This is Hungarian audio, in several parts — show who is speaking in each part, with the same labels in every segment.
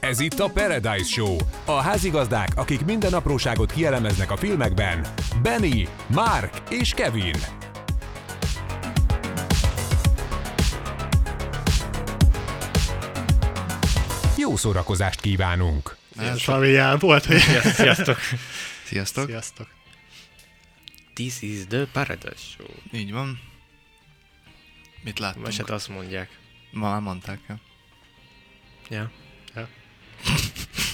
Speaker 1: Ez itt a Paradise Show. A házigazdák, akik minden apróságot kielemeznek a filmekben. Benny, Mark és Kevin. Jó szórakozást kívánunk!
Speaker 2: Ez familiám volt, hogy...
Speaker 3: Sziasztok!
Speaker 4: Sziasztok!
Speaker 2: Sziasztok.
Speaker 3: This is the Paradise Show.
Speaker 4: Így van. Mit láttunk?
Speaker 3: Vagy hát azt mondják.
Speaker 4: Ma már mondták, ja.
Speaker 3: Ja.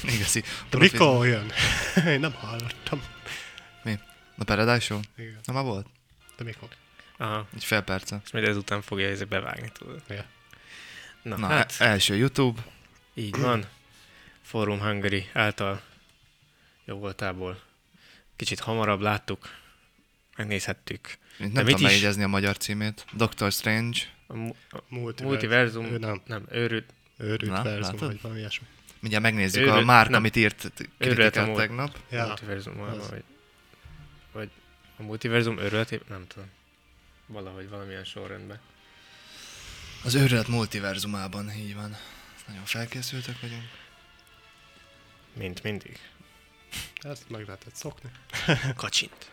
Speaker 4: Igazi.
Speaker 2: De
Speaker 4: profi-
Speaker 2: mikor jön? Én nem hallottam.
Speaker 4: Mi? A Paradise Show?
Speaker 2: Igen.
Speaker 4: Na már volt?
Speaker 2: De mikor?
Speaker 3: Aha.
Speaker 4: Egy fél perce.
Speaker 3: És majd ezután fogja ezek bevágni, tudod.
Speaker 2: Ja.
Speaker 3: Na,
Speaker 4: Na,
Speaker 3: hát,
Speaker 4: hát. első YouTube.
Speaker 3: így van. Forum Hungary által jó voltából. Kicsit hamarabb láttuk, megnézhettük.
Speaker 4: Nem
Speaker 3: mit
Speaker 4: tudom
Speaker 3: is?
Speaker 4: megjegyezni a magyar címét. Doctor Strange.
Speaker 3: A, mu- a
Speaker 2: Multiverzum.
Speaker 3: multiverzum,
Speaker 2: Ő nem.
Speaker 3: nem, őrült,
Speaker 4: Na,
Speaker 2: Őrültverzum,
Speaker 4: látod?
Speaker 2: vagy valami ilyesmi.
Speaker 4: Mindjárt megnézzük a
Speaker 3: Őrült-
Speaker 4: Márk,
Speaker 3: nem.
Speaker 4: amit írt t-
Speaker 3: Őrületem
Speaker 4: kritikát
Speaker 3: volt.
Speaker 4: tegnap.
Speaker 2: Ja.
Speaker 3: multiverzum,
Speaker 2: az.
Speaker 3: vagy, vagy a multiverzum őrületében, nem tudom. Valahogy valamilyen sorrendben.
Speaker 4: Az őrület multiverzumában, így van. Nagyon felkészültek vagyunk.
Speaker 3: Mint mindig.
Speaker 2: Ezt meg lehetett szokni.
Speaker 3: Kacsint.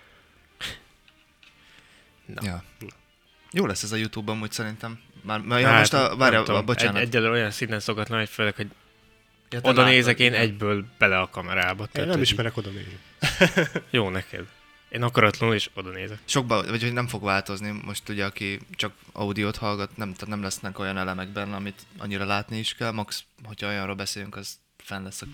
Speaker 3: Na.
Speaker 4: Ja. Jó lesz ez a YouTube-ban, úgy szerintem. Már, már ja,
Speaker 3: Hát,
Speaker 4: most a,
Speaker 3: nem
Speaker 4: várj,
Speaker 3: tudom,
Speaker 4: a, bocsánat.
Speaker 3: Egy, egyelőre olyan színen szokatlan, hogy főleg, hogy
Speaker 4: ja, te
Speaker 3: oda
Speaker 4: Hát látod,
Speaker 3: nézek én
Speaker 4: igen.
Speaker 3: egyből bele a kamerába.
Speaker 2: Én
Speaker 3: tehát,
Speaker 2: nem
Speaker 3: hogy
Speaker 2: ismerek oda még.
Speaker 3: így Jó neked. Én akaratlanul is oda nézek.
Speaker 4: Sokba, vagy hogy nem fog változni, most ugye aki csak audiót hallgat, nem, tehát nem lesznek olyan elemek benne, amit annyira látni is kell, max, hogyha olyanról beszélünk, az fenn lesz, a,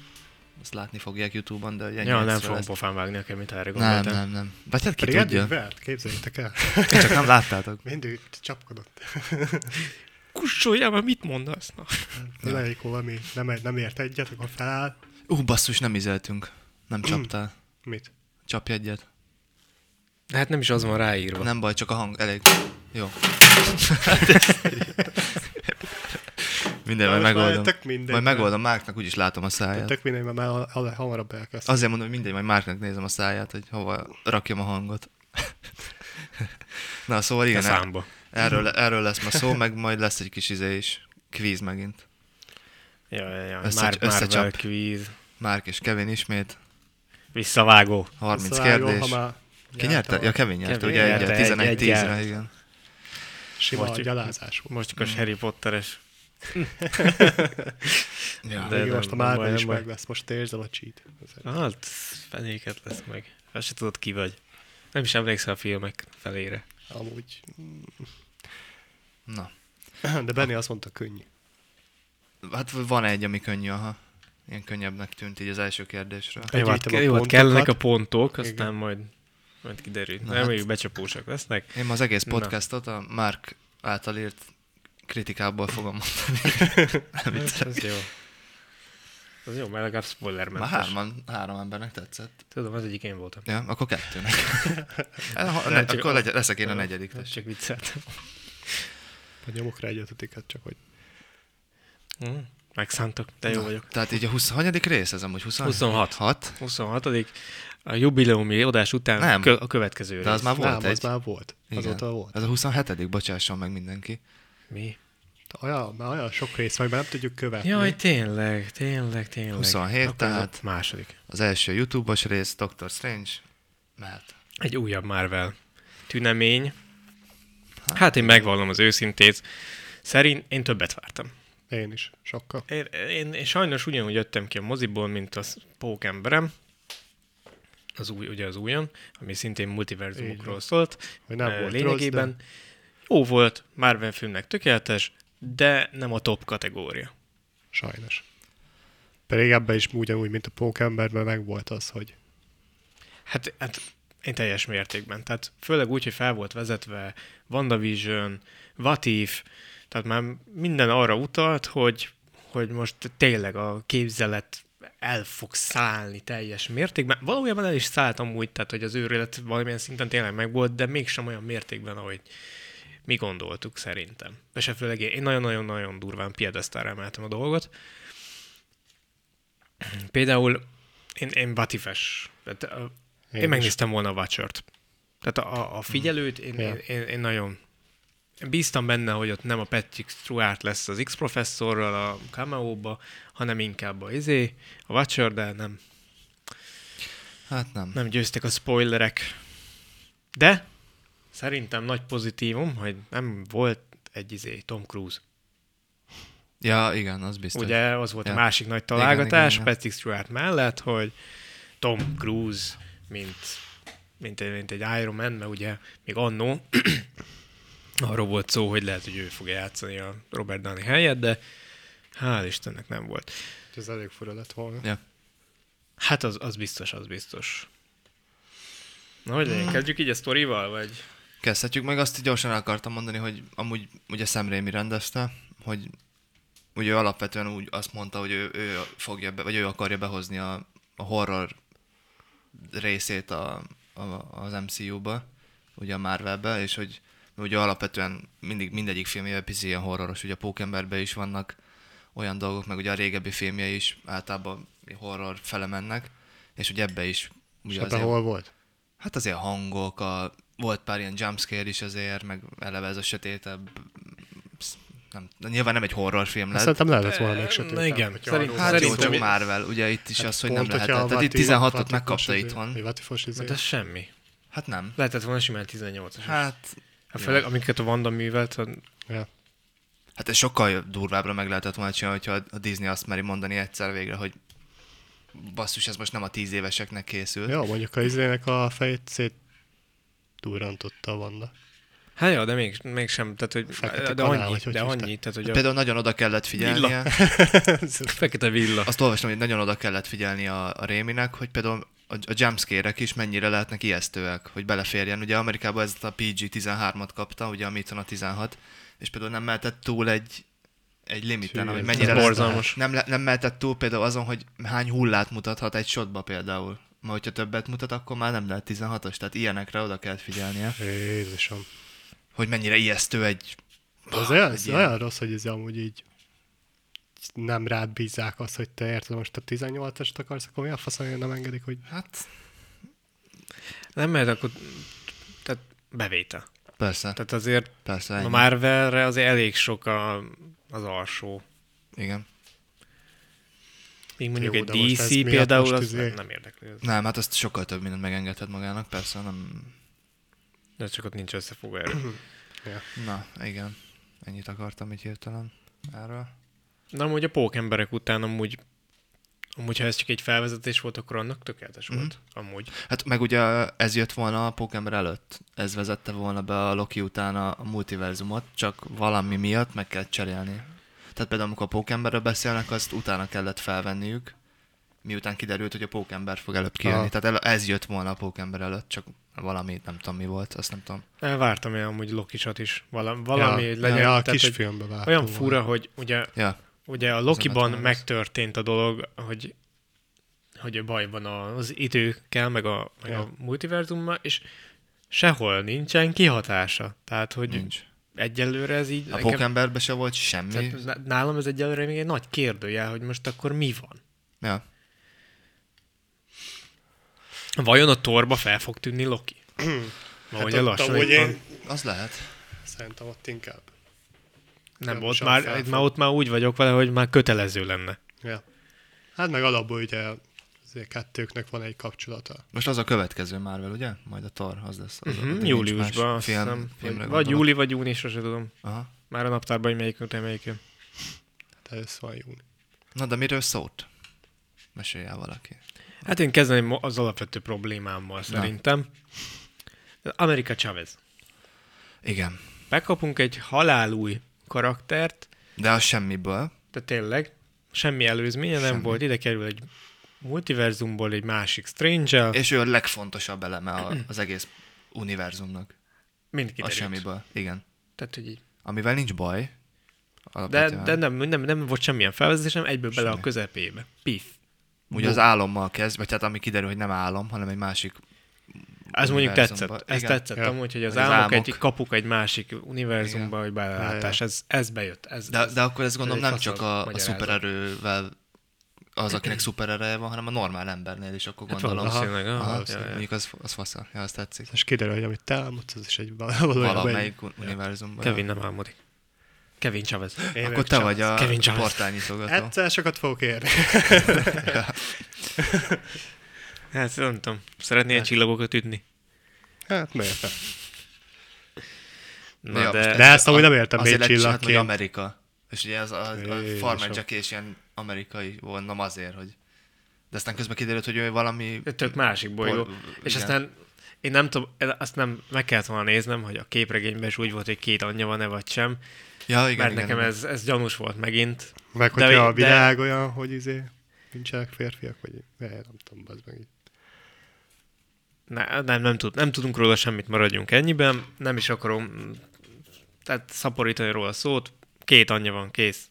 Speaker 4: azt látni fogják Youtube-on, de ilyen
Speaker 3: Ja, nem fogom pofán vágni nekem, mint erre
Speaker 4: nem,
Speaker 3: gondoltam.
Speaker 4: nem, nem. Vagy hát ki
Speaker 2: Pedig eddig
Speaker 4: tudja,
Speaker 2: vert, képzeljétek el.
Speaker 4: csak nem láttátok.
Speaker 2: Mindig csapkodott.
Speaker 3: Kussoljál, már mit mondasz? Na.
Speaker 2: Valamelyik valami nem, nem ért egyet, akkor feláll.
Speaker 4: Ú, basszus, nem izeltünk. Nem csaptál.
Speaker 2: Mit?
Speaker 4: Csapj egyet.
Speaker 3: Hát nem is az van ráírva.
Speaker 4: Nem baj, csak a hang elég. Jó. Minden,
Speaker 2: Na,
Speaker 4: majd
Speaker 2: most már
Speaker 4: megoldom.
Speaker 2: tök mindegy,
Speaker 4: majd
Speaker 2: nem?
Speaker 4: megoldom, Márknak úgyis látom a száját.
Speaker 2: Tök mindegy, mert már ha- ha- hamarabb elkezdtem.
Speaker 4: Azért mondom, hogy mindegy, majd Márknak nézem a száját, hogy hova rakjam a hangot. Na, szóval
Speaker 3: A
Speaker 4: igen, el-
Speaker 3: számba.
Speaker 4: erről, erről lesz ma szó, meg majd lesz egy kis izé is, kvíz megint.
Speaker 3: Ja, ja, ja.
Speaker 4: Össze-
Speaker 3: Már,
Speaker 4: összecsap.
Speaker 3: Marvel quiz.
Speaker 4: Márk és Kevin ismét,
Speaker 3: Visszavágó.
Speaker 4: 30
Speaker 2: Szóval jó,
Speaker 4: kérdés.
Speaker 2: ha már
Speaker 4: Ki nyerte? Ja, Kevin nyerte,
Speaker 3: Kevin
Speaker 4: ugye
Speaker 3: nyerte,
Speaker 4: egyet,
Speaker 3: egy-
Speaker 4: 11 10 re
Speaker 3: egyet.
Speaker 4: igen.
Speaker 2: Sima
Speaker 3: Most-
Speaker 2: gyalázás volt.
Speaker 3: Most csak a Harry Potteres.
Speaker 4: Ja.
Speaker 3: De-
Speaker 2: Még
Speaker 3: nem-
Speaker 2: most a
Speaker 3: nem baj,
Speaker 2: Marvel is
Speaker 3: nem baj.
Speaker 2: meg lesz, most érzem a cheat.
Speaker 3: Hát, fenéket lesz meg. Azt se tudod, ki vagy. Nem is emlékszel a filmek felére.
Speaker 2: Amúgy.
Speaker 4: Na,
Speaker 2: De Benny azt mondta könnyű.
Speaker 4: hát van egy, ami könnyű, aha. Ilyen könnyebbnek tűnt így az első kérdésről.
Speaker 3: Jó, hát,
Speaker 2: Gyűjtöm a
Speaker 3: jó, hát
Speaker 2: pontokat.
Speaker 3: kellenek a pontok, aztán majd, majd kiderül.
Speaker 4: Na
Speaker 3: Na, Reméljük
Speaker 4: hát.
Speaker 3: becsapósak lesznek.
Speaker 4: Én ma az egész
Speaker 3: Na.
Speaker 4: podcastot a Márk által írt kritikából fogom mondani.
Speaker 3: Ez, ez Hát, jó. Az jó, mert legalább
Speaker 4: Már
Speaker 3: spoilermentes.
Speaker 4: hárman, három embernek tetszett.
Speaker 3: Tudom, az egyik én voltam.
Speaker 4: Ja, akkor kettőnek. El, ha, ne,
Speaker 3: Lehet, csak
Speaker 4: akkor
Speaker 3: a-
Speaker 4: legyen, leszek én a negyedik.
Speaker 3: Hát
Speaker 4: tessék.
Speaker 3: csak vicceltem.
Speaker 2: A nyomok rá egy ötödiket, csak hogy
Speaker 3: Hm, Megszántok, de jó
Speaker 4: Mhm. Na,
Speaker 3: vagyok.
Speaker 4: Tehát így a 20. hanyadik rész ez amúgy 26?
Speaker 3: 26.
Speaker 4: 6?
Speaker 3: 26. A jubileumi adás után
Speaker 4: Nem.
Speaker 3: Kö- a következő
Speaker 4: De az
Speaker 3: rész.
Speaker 4: már volt
Speaker 2: nem,
Speaker 4: egy.
Speaker 2: az már volt.
Speaker 4: Igen.
Speaker 2: Azóta volt.
Speaker 4: Ez a 27. bocsásson meg mindenki.
Speaker 3: Mi?
Speaker 2: Olyan, már olyan sok rész, meg már nem tudjuk követni.
Speaker 3: Jaj, tényleg, tényleg, tényleg.
Speaker 4: 27,
Speaker 3: Akkor ez a
Speaker 4: tehát.
Speaker 3: Második.
Speaker 4: Az első YouTube-os rész, Doctor Strange, mehet.
Speaker 3: Egy újabb Marvel tünemény. Hát én megvallom az őszintét. Szerint én többet vártam.
Speaker 2: Én is, sokkal.
Speaker 3: Én, én, én sajnos ugyanúgy jöttem ki a moziból, mint a pókemberem, az új, ugye az újon, ami szintén
Speaker 2: Így
Speaker 3: multiverzumokról
Speaker 2: van.
Speaker 3: szólt.
Speaker 2: Vagy nem
Speaker 3: Ö,
Speaker 2: volt
Speaker 3: Lényegében
Speaker 2: rossz,
Speaker 3: jó volt, Marvel filmnek tökéletes, de nem a top kategória.
Speaker 2: Sajnos. Pedig ebben is ugyanúgy, mint a pókemberben meg volt az, hogy
Speaker 3: Hát, hát én teljes mértékben. Tehát főleg úgy, hogy fel volt vezetve WandaVision, What If, tehát már minden arra utalt, hogy, hogy most tényleg a képzelet el fog szállni teljes mértékben. Valójában el is szálltam úgy, tehát hogy az őrület valamilyen szinten tényleg megvolt, de mégsem olyan mértékben, ahogy mi gondoltuk szerintem. És hát főleg én én nagyon-nagyon-nagyon durván piedesztára emeltem a dolgot. Például én, én Batifes. Tehát, ö,
Speaker 2: Én
Speaker 3: én,
Speaker 2: is. Mhm.
Speaker 3: én megnéztem volna a Watchert. Tehát a, a figyelőt én,
Speaker 2: Ja.
Speaker 3: én, én, én nagyon bíztam benne, hogy ott nem a Patrick Stewart lesz az X-professzorral a cameo hanem inkább a izé, a Watcher, de nem,
Speaker 4: Hát nem.
Speaker 3: nem győztek a spoilerek. De szerintem nagy pozitívum, hogy nem volt egy izé Tom Cruise.
Speaker 4: Ja, igen, az biztos.
Speaker 3: Ugye az volt ja.
Speaker 4: Ja.
Speaker 3: a másik nagy
Speaker 4: igen,
Speaker 3: találgatás
Speaker 4: igen.
Speaker 3: Patrick Stewart mellett, hogy Tom Cruise, mint, mint, egy- mint egy Iron Man, mert ugye még annó arról volt szó, hogy lehet, hogy ő fogja játszani a Robert Downey helyett, de hál' Istennek nem volt.
Speaker 2: Ez elég fura lett volna.
Speaker 4: Ja.
Speaker 3: Hát az, az biztos, az biztos. Na, hogy
Speaker 4: Hmm.
Speaker 3: legyen, kezdjük így a sztorival, vagy?
Speaker 4: Kezdhetjük meg, azt gyorsan el akartam mondani, hogy amúgy ugye Sam Raimi rendezte, hogy ugye ő alapvetően úgy azt mondta, hogy ő, ő fogja be, vagy ő akarja behozni a, a horror részét a, a, az MCU-ba, ugye a Marvelbe, és hogy ugye alapvetően mindig mindegyik filmje pici ilyen horroros, ugye a Pókemberben is vannak olyan dolgok, meg ugye a régebbi filmje is általában horror fele mennek, és ugye ebbe is.
Speaker 2: És
Speaker 4: Ugye
Speaker 2: hát
Speaker 4: azért-
Speaker 2: hol volt?
Speaker 4: Hát azért a hangok, a, volt pár ilyen jumpscare is azért, meg eleve ez a sötétebb, nem, de nyilván nem egy horrorfilm
Speaker 2: Hát
Speaker 4: lett.
Speaker 2: Szerintem lehetett volna még sötét.
Speaker 3: Na igen, szerint-
Speaker 4: Hát jó,
Speaker 3: szerintem
Speaker 4: csak
Speaker 3: mi-
Speaker 4: Marvel, ugye itt is az, hogy nem
Speaker 2: Hát Pont, hogyha
Speaker 4: lehetett. Tehát
Speaker 2: a
Speaker 4: itt
Speaker 2: Vati-
Speaker 4: 16-ot
Speaker 2: Vatifos
Speaker 4: megkapta
Speaker 2: izé-
Speaker 4: itthon.
Speaker 2: Vagy Vatifos izé.
Speaker 3: Hát ez semmi.
Speaker 4: Hát nem.
Speaker 3: Lehetett volna simán 18-as. Hát,
Speaker 4: Hát,
Speaker 3: hát főleg amiket a Vanda művelt, a-
Speaker 2: Ja.
Speaker 4: hát ez sokkal durvábbra meg lehetett volna csinálni, hogyha a Disney azt meri mondani egyszer végre, hogy basszus, ez most nem a tíz éveseknek készült. Hát
Speaker 2: Jó, mondjuk a izének a fejét szét durrantotta a Vanda.
Speaker 3: Hát jó, de még, mégsem, tehát hogy,
Speaker 2: Fekete
Speaker 3: de
Speaker 2: kanál,
Speaker 3: annyi,
Speaker 2: vagy hogy
Speaker 3: de
Speaker 2: hívták?
Speaker 3: annyi, tehát hogy a
Speaker 4: Például nagyon oda kellett figyelnie.
Speaker 3: fekete villa.
Speaker 4: Azt olvastam, hogy nagyon oda kellett figyelni a, a Réminek, hogy például a, a jumpscare-ek is mennyire lehetnek ijesztőek, hogy beleférjen. Ugye Amerikában ezt a PG-13-at kapta, ugye ami itthon a 16, és például nem mehetett túl egy, egy limiten,
Speaker 2: Hű,
Speaker 4: hogy
Speaker 2: ez
Speaker 4: mennyire
Speaker 3: borzalmas.
Speaker 4: Nem, le- nem mehetett túl például azon, hogy hány hullát mutathat egy shotba például. Ma, hogyha többet mutat, akkor már nem lehet 16-os, tehát ilyenekre oda kell figyelnie,
Speaker 2: Jézusom.
Speaker 4: hogy mennyire ijesztő egy...
Speaker 2: Az olyan,
Speaker 4: Ah, egy
Speaker 2: ez
Speaker 4: ilyen-
Speaker 2: olyan rossz, hogy ez amúgy így nem rád bízzák azt, hogy te érted, most a 18-est akarsz, akkor mi a faszom, hogy nem engedik, hogy
Speaker 4: Hát,
Speaker 3: Nem, mert akkor tehát bevétel.
Speaker 4: persze,
Speaker 3: Tehát azért
Speaker 4: persze,
Speaker 3: a
Speaker 4: ennyi.
Speaker 3: Marvelre azért elég sok a, az alsó.
Speaker 4: igen.
Speaker 3: Még mondjuk
Speaker 2: Jó,
Speaker 3: egy
Speaker 2: de most ez
Speaker 3: DC
Speaker 2: miatt
Speaker 3: például,
Speaker 2: most
Speaker 3: az
Speaker 2: izé-
Speaker 3: nem, nem érdekli. Az.
Speaker 4: Nem, hát azt sokkal több mindent megengedhet magának, persze, nem,
Speaker 3: De csak ott nincs összefogó erő.
Speaker 4: Na, igen. Ennyit akartam így hirtelen erről.
Speaker 3: Na, amúgy a pókemberek után amúgy Amúgy, ha ez csak egy felvezetés volt, akkor annak tökéletes
Speaker 2: Mhm.
Speaker 3: mm-hmm. volt. Amúgy.
Speaker 4: Hát meg ugye ez jött volna a Pokémon előtt. Ez vezette volna be a Loki után a, a multiverzumot, csak valami miatt meg kell cserélni. Tehát például amikor a Pokémonről beszélnek, azt utána kellett felvenniük, miután kiderült, hogy a Pokémon fog előbb kijönni.
Speaker 2: Aha.
Speaker 4: Tehát el, ez jött volna a Pokémon előtt, csak valami, nem tudom mi volt, azt nem tudom.
Speaker 3: El Vártam én amúgy Lokisat is. Valami, valami
Speaker 2: ja,
Speaker 3: hogy legyen.
Speaker 2: Ja, a
Speaker 3: tehát, hogy
Speaker 2: kisfilmbe vágtam.
Speaker 3: olyan fura, hogy ugye
Speaker 4: Ja,
Speaker 3: Ugye a Lokiban
Speaker 4: Üzenet van az.
Speaker 3: megtörtént a dolog, hogy, hogy baj van az időkkel, meg a, meg
Speaker 2: Ja.
Speaker 3: a multiverzummal, és sehol nincsen kihatása. Tehát, hogy
Speaker 4: nincs.
Speaker 3: egyelőre ez így...
Speaker 4: A
Speaker 3: nekem-
Speaker 4: Pokémonben se volt semmi.
Speaker 3: tehát ná- nálam ez egyelőre még egy nagy kérdőjel, hogy most akkor mi van?
Speaker 4: Ja.
Speaker 3: Vajon a torba fel fog tűnni Loki? Ahogy hát a
Speaker 2: ott amúgy
Speaker 3: lassan
Speaker 2: én
Speaker 4: Az lehet.
Speaker 2: szerintem ott inkább.
Speaker 3: nem,
Speaker 2: nem
Speaker 3: ott
Speaker 2: sem fel
Speaker 3: már,
Speaker 2: fog.
Speaker 3: már, ott már úgy vagyok vele, hogy már kötelező lenne.
Speaker 2: Ja. Hát meg alapból ugye azért kettőknek van egy kapcsolata.
Speaker 4: Most az a következő Marvel, ugye? Majd a Thor, az lesz. Az addig
Speaker 3: Uh-huh,
Speaker 4: nincs
Speaker 3: júliusban,
Speaker 4: más
Speaker 3: azt
Speaker 4: film-
Speaker 3: hiszem.
Speaker 4: filmre
Speaker 3: Vagy, vagy
Speaker 4: gondolok.
Speaker 3: júli, vagy június, sose tudom.
Speaker 4: Aha.
Speaker 3: Már a naptárban, hogy melyik után melyik jön.
Speaker 2: Hát ez van júni.
Speaker 4: Na, de miről szólt? Mesélj el valaki.
Speaker 3: Hát én kezdeném mo- az alapvető problémámmal szerintem. Amerika Chavez.
Speaker 4: Igen.
Speaker 3: Bekapunk egy halálúj karaktert,
Speaker 4: De az semmiből.
Speaker 3: tehát tényleg semmi előzménye nem
Speaker 4: Semmi.
Speaker 3: volt, ide kerül egy multiverzumból egy másik strange
Speaker 4: És ő a legfontosabb eleme a, az egész univerzumnak.
Speaker 3: mind
Speaker 4: A
Speaker 3: kiderült.
Speaker 4: semmiből. Igen.
Speaker 3: Tehát, hogy így.
Speaker 4: Amivel nincs baj.
Speaker 3: De,
Speaker 4: Alapvetően.
Speaker 3: de nem, nem, nem volt semmilyen felvezetés, nem egyből bele a közepébe. Pif.
Speaker 4: Ugye az álommal kezd, vagy hát ami kiderül, hogy nem álom, hanem egy másik.
Speaker 3: Ez mondjuk
Speaker 4: Univerzumba.
Speaker 3: tetszett. Ez
Speaker 4: Igen.
Speaker 3: tetszett
Speaker 2: Ja.
Speaker 3: amúgy, hogy az
Speaker 4: Vagy az
Speaker 3: álmok
Speaker 4: álmok.
Speaker 3: egy kapuk egy másik univerzumba, hogy belátás. Ez, ez bejött. Ez,
Speaker 4: De,
Speaker 3: ez-
Speaker 4: de akkor ezt gondolom
Speaker 3: egy
Speaker 4: nem csak
Speaker 3: faszabb
Speaker 4: a, a
Speaker 3: magyarázat.
Speaker 4: szupererővel az, akinek szuper ereje van, hanem a normál embernél is, akkor
Speaker 3: Hát
Speaker 4: gondolom.
Speaker 3: valószínűleg, aha,
Speaker 4: aha,
Speaker 3: ja, ja.
Speaker 4: mondjuk az, az fasza, ja, az tetszik.
Speaker 2: És kiderül, hogy amit te álmodsz, az is egy val- valójában egy
Speaker 4: Valamelyik un- univerzumban.
Speaker 3: Kevin nem álmodik. Kevin Chavez.
Speaker 2: Én
Speaker 4: Akkor
Speaker 2: meg
Speaker 4: te
Speaker 2: csak-
Speaker 4: vagy a
Speaker 3: Kevin Charles.
Speaker 4: portálnyitogató.
Speaker 2: Egyszer sokat fogok érni.
Speaker 3: Hát nem tudom, szeretnél csillagokat ütni?
Speaker 2: Hát miért ne?
Speaker 3: Na,
Speaker 4: Ja,
Speaker 3: de...
Speaker 4: most
Speaker 2: De ezt amúgy nem értem
Speaker 4: Azért
Speaker 2: még
Speaker 4: lett csinált, hogy
Speaker 2: csillagként.
Speaker 4: Amerika. És ugye az a, a
Speaker 2: Jézusom.
Speaker 4: Farmer Jack és ilyen amerikai vonnom azért, hogy... De aztán közben kiderült, hogy ő valami...
Speaker 3: Tök másik bolygó.
Speaker 4: Pol-
Speaker 3: és
Speaker 4: igen.
Speaker 3: aztán én nem tudom, azt nem meg kellett volna néznem, hogy a képregényben is úgy volt, hogy két anyja van-e vagy sem,
Speaker 4: Ja,
Speaker 3: igen,
Speaker 4: igen,
Speaker 3: mert
Speaker 4: igen,
Speaker 3: igen, nekem
Speaker 4: igen.
Speaker 3: igen. Ez, ez gyanús volt megint.
Speaker 2: Meg
Speaker 3: De-
Speaker 2: hogyha a
Speaker 3: de-
Speaker 2: világ olyan, hogy izé, nincsenek férfiak, vagy ne, nem tudom, az meg így.
Speaker 3: Ne, nem, nem, tud, nem tudunk róla semmit, maradjunk ennyiben, nem is akarom mm, tehát szaporítani róla szót, két anyja van, kész.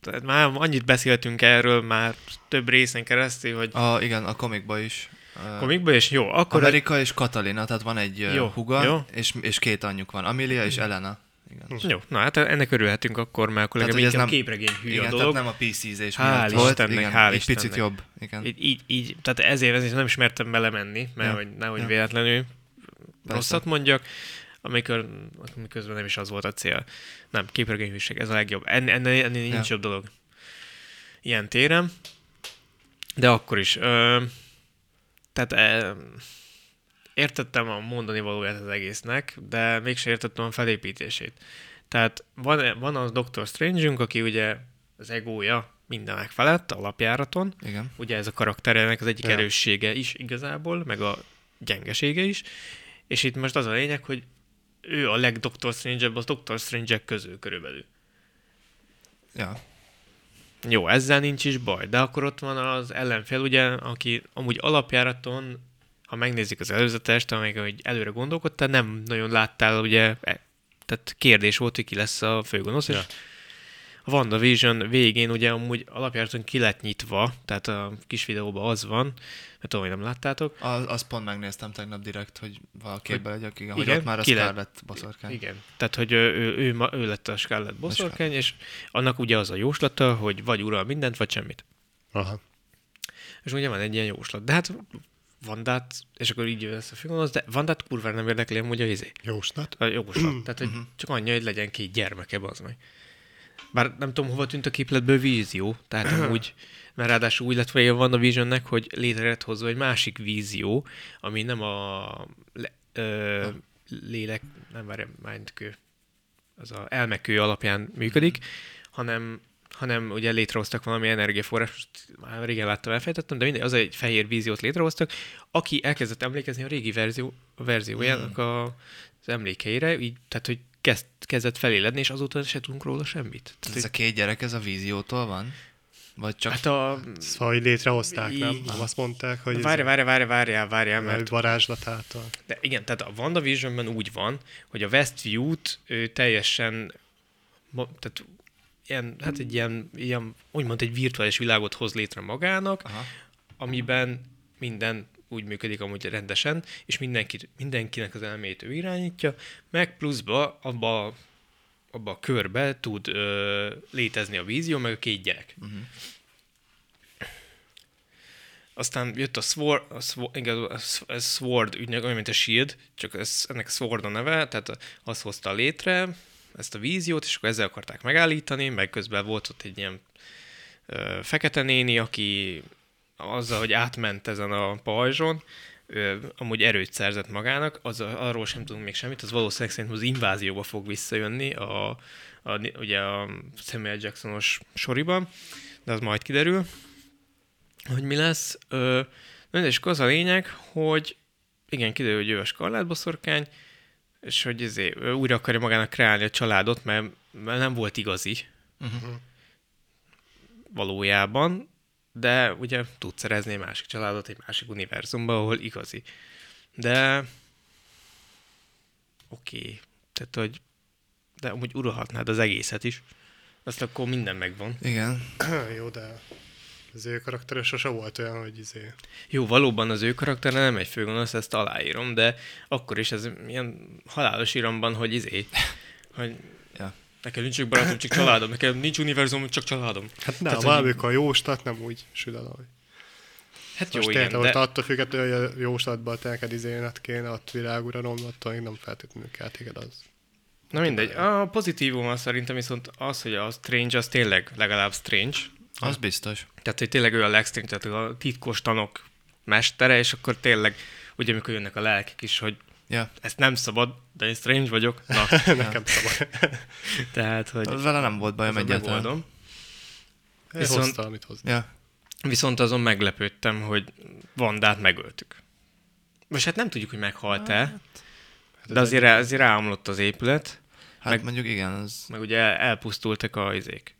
Speaker 3: Tehát már annyit beszéltünk erről már több részen keresztül, hogy
Speaker 4: A, igen, a komikba is. Komik?
Speaker 3: komikban, és jó, akkor
Speaker 4: Amerika és Katalina, tehát van egy
Speaker 3: Jó,
Speaker 4: jó, huga,
Speaker 3: jó.
Speaker 4: jó. És, és két anyjuk van, Amelia és Elena. Igen.
Speaker 3: Jó, na hát ennek örülhetünk akkor, mert akkor
Speaker 4: Tehát,
Speaker 3: legalább
Speaker 4: hogy ez
Speaker 3: inkább
Speaker 4: nem
Speaker 3: képregény hülye
Speaker 4: igen,
Speaker 3: a
Speaker 4: tehát
Speaker 3: dolog.
Speaker 4: nem a PC-zés
Speaker 3: Hál'
Speaker 4: miatt volt.
Speaker 3: Istennek,
Speaker 4: igen,
Speaker 3: hál'
Speaker 4: egy picit
Speaker 3: Istennek.
Speaker 4: jobb. Igen.
Speaker 3: Így, így, így, tehát ezért, ezért nem is mertem belemenni, mert
Speaker 4: Ja.
Speaker 3: hogy nehogy
Speaker 4: Ja.
Speaker 3: véletlenül rosszat mondjak, amikor, miközben nem is az volt a cél. Nem, képregényhűség, ez a legjobb. En- Ennél, ennél nincs
Speaker 4: Ja.
Speaker 3: jobb dolog. Ilyen téren. De akkor is. Ö, tehát ö, értettem a mondani valóját az egésznek, de mégsem értettem a felépítését. Tehát van, van az Doctor Strange-ünk, aki ugye az egója mindenek felett, alapjáraton,
Speaker 4: igen.
Speaker 3: ugye ez a karakterének az egyik
Speaker 2: Ja.
Speaker 3: erőssége is igazából, meg a gyengesége is, és itt most az a lényeg, hogy ő a legdoktor strange a Doctor strange közül körülbelül.
Speaker 4: Ja.
Speaker 3: Jó, ezzel nincs is baj, de akkor ott van az ellenfél, ugye, aki amúgy alapjáraton, ha megnézik az előzetest, amelyik hogy előre gondolkodtál, nem nagyon láttál, ugye, e- tehát kérdés volt, hogy ki lesz a főgonosz, és a WandaVision végén ugye amúgy alapjáraton ki lett nyitva, tehát a kis videóban az van, mert tudom, hogy nem láttátok.
Speaker 4: Az, azt pont megnéztem tegnap direkt, hogy valaképbe legyek, igen, hogy
Speaker 3: igen,
Speaker 4: ott már a
Speaker 3: ki lehet-
Speaker 4: Scarlett boszorkány.
Speaker 3: Igen. Tehát, hogy ő, ő, ő, ma- ő lett a Scarlett boszorkány, és annak ugye az a jóslata, hogy vagy ural mindent, vagy semmit.
Speaker 2: Aha.
Speaker 3: És ugye van egy ilyen jóslat. De hát Vandát, és akkor így lesz a főgonosz, de Vandát kurvára nem érdekli amúgy a izé.
Speaker 2: Jóslat?
Speaker 3: A jogosat. Tehát, hogy csak annyi, hogy legyen két gyermeke, az meg. Bár nem tudom, hova tűnt a képletből vízió, tehát amúgy, mert ráadásul úgy lett vége van a Visionnek, hogy létre lett hozva egy másik vízió, ami nem a le, ö, lélek, nem várj, mindkő, az a elmekő alapján működik, hanem, hanem ugye létrehoztak valami energiaforrás, most már régen láttam, elfejtettem, de mindegy, az egy fehér víziót létrehoztak, aki elkezdett emlékezni a régi verzió, a verziójának
Speaker 2: Hmm.
Speaker 3: a, az emlékeire, így, tehát hogy kezd, kezdett feléledni, és azóta se tudunk róla semmit. Tehát,
Speaker 4: Tehát ez a két gyerek, ez a víziótól van? Vagy csak...
Speaker 3: Hát a...
Speaker 2: Szóval így létrehozták, nem?
Speaker 3: Így.
Speaker 2: Nem azt mondták, Szóval, hogy ez
Speaker 3: Várj, várj, várj, várjál, várjál,
Speaker 2: mert
Speaker 3: mert...
Speaker 2: varázslatától.
Speaker 3: De igen, tehát a WandaVisionben úgy van, hogy a Westview-t ő teljesen... ma- Tehát ilyen, hát egy ilyen, ilyen, úgymond egy virtuális világot hoz létre magának,
Speaker 4: Aha.
Speaker 3: amiben minden úgy működik amúgy rendesen, és mindenkit, mindenkinek az elmét ő irányítja, meg pluszba abba, a- abba a körbe tud ö, létezni a vízió, meg a két gyerek. Uh-huh. Aztán jött a Sword, a Sword, igaz, a Sw- ez Sword ügynök, olyan, mint a Shield, E csak ez, ennek Sword a neve, tehát az hozta létre ezt a víziót, és akkor ezzel akarták megállítani, meg közben volt ott egy ilyen ö, fekete néni, aki azzal, hogy átment ezen a pajzson, ö, amúgy erőt szerzett magának, az, arról sem tudunk még semmit, az valószínűleg szerintem az invázióba fog visszajönni a, a, ugye a Samuel Jacksonos soriban, de az majd kiderül, hogy mi lesz. Ö, na, és akkor az a lényeg, hogy igen, kiderül, hogy ő a skarlátboszorkány, és hogy izé, ő újra akarja magának kreálni a családot, mert, mert nem volt igazi, valójában, de ugye tud szerezni egy másik családot egy másik univerzumba, ahol igazi. De oké, okay. tehát hogy de amúgy uralhatnád az egészet is. Azt akkor minden megvan.
Speaker 4: Igen.
Speaker 2: Jó, de az ő karaktere sose volt olyan, hogy izé...
Speaker 3: Jó, valóban az ő karaktere nem egy főgonosz, ezt aláírom, de akkor is ez ilyen halálos iramban, hogy izé, hogy
Speaker 4: Ja.
Speaker 3: Nekem nincs csak barátom, csak családom. Nekem nincs univerzum, csak családom.
Speaker 2: Hát nem,
Speaker 3: Tehát,
Speaker 2: Tehát, valamikor a jóstat nem úgy sül el, ahogy.
Speaker 3: Hát
Speaker 2: Most
Speaker 3: jó,
Speaker 2: értem,
Speaker 3: igen,
Speaker 2: most
Speaker 3: de
Speaker 2: attól függetlenül, hogy a jóstatban te neked izénet izé hát kéne, ott világúra romlott, attól még nem feltétlenül kell téged az.
Speaker 3: na mindegy. A pozitívum az szerintem viszont az, hogy a Strange az tényleg legalább Strange.
Speaker 4: Az biztos.
Speaker 3: Tehát, hogy tényleg ő a legstream, tehát ő a titkos tanok mestere, és akkor tényleg, ugye amikor jönnek a lelkek is, hogy
Speaker 4: Ja.
Speaker 3: ezt nem szabad, de én Strange vagyok. Na,
Speaker 2: Nekem szabad.
Speaker 3: tehát, hogy
Speaker 4: Vele nem volt bajom
Speaker 3: ezzel
Speaker 4: egyáltalán.
Speaker 3: megoldom.
Speaker 2: Viszont...
Speaker 3: Viszont-
Speaker 2: Hozta, amit hozni.
Speaker 4: Ja.
Speaker 3: Viszont azon meglepődtem, hogy Vandát megöltük. Most hát nem tudjuk, hogy meghalt-e, de azért, azért ráomlott az épület,
Speaker 4: Hát
Speaker 3: Meg-
Speaker 4: mondjuk igen, az...
Speaker 3: meg ugye el, elpusztultak a izék.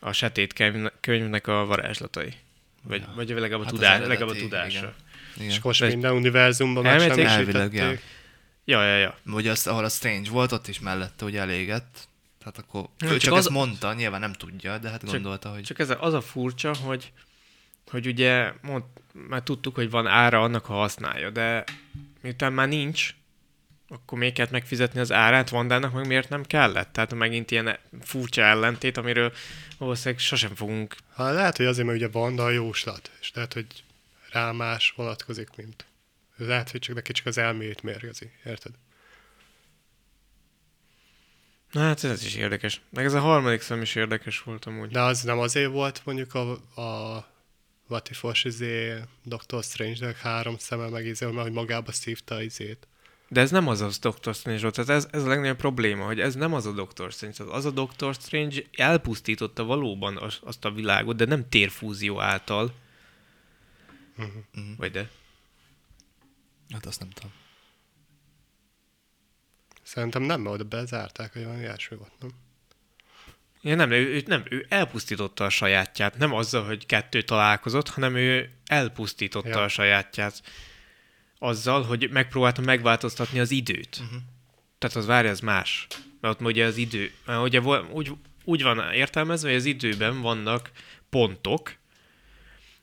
Speaker 3: A sötét könyv- könyvnek a varázslatai. Vagy, ja. vagy legalább a,
Speaker 4: Hát
Speaker 3: hát
Speaker 4: az
Speaker 3: tudás,
Speaker 4: eredeti,
Speaker 3: legalább a tudása.
Speaker 4: igen.
Speaker 3: Igen.
Speaker 2: És
Speaker 4: Igen.
Speaker 2: most
Speaker 3: Ez-
Speaker 2: minden univerzumban már
Speaker 3: Elméletileg-
Speaker 4: Elvileg, ja.
Speaker 2: semmisítették.
Speaker 3: Ja, ja, ja.
Speaker 4: Ugye azt, ahol a Strange volt, ott is mellette ugye elégett. Tehát akkor...
Speaker 3: Nem,
Speaker 4: Ő csak,
Speaker 3: csak
Speaker 4: csak
Speaker 3: az-
Speaker 4: ezt mondta, nyilván nem tudja, de hát gondolta, hogy...
Speaker 3: Csak ez a, az a furcsa, hogy, hogy ugye mond, már tudtuk, hogy van ára annak, ha használja, de miután már nincs, akkor miért kellett megfizetni az árát Vandának, meg miért nem kellett? Tehát megint ilyen furcsa ellentét, amiről valószínűleg sosem fogunk.
Speaker 2: Hát lehet, hogy azért, mert ugye Vanda a jóslat, és lehet, hogy rá más vonatkozik, mint ő lehet, hogy csak neki csak az elméjét mérgezi, érted?
Speaker 3: Na hát ez is érdekes. Meg ez a harmadik szem is érdekes volt amúgy.
Speaker 2: De az nem azért volt mondjuk a, a Vati Fors izé, Dr. Strange-nek három szeme meg izé, mert hogy magába szívta izét.
Speaker 3: De ez nem az az Doctor Strange volt, tehát ez, ez a legnagyobb probléma, hogy ez nem az a Doctor Strange. Tehát az a Doctor Strange elpusztította valóban az, azt a világot, de nem térfúzió által. Uh-huh. Vagy de?
Speaker 4: Hát azt nem tudom.
Speaker 2: Szerintem nem, mert oda bezárták, hogy valami ilyesmi volt, nem?
Speaker 3: Ja, nem, ő, ő, nem, ő elpusztította a sajátját. Nem azzal, hogy kettő találkozott, hanem ő elpusztította
Speaker 2: Ja.
Speaker 3: ja. a sajátját. Azzal, hogy megpróbálta megváltoztatni az időt.
Speaker 2: Mhm.
Speaker 3: Uh-huh. Tehát az várja, az más. Mert ott ugye az idő, mert ugye vol- úgy, úgy van értelmezve, hogy az időben vannak pontok,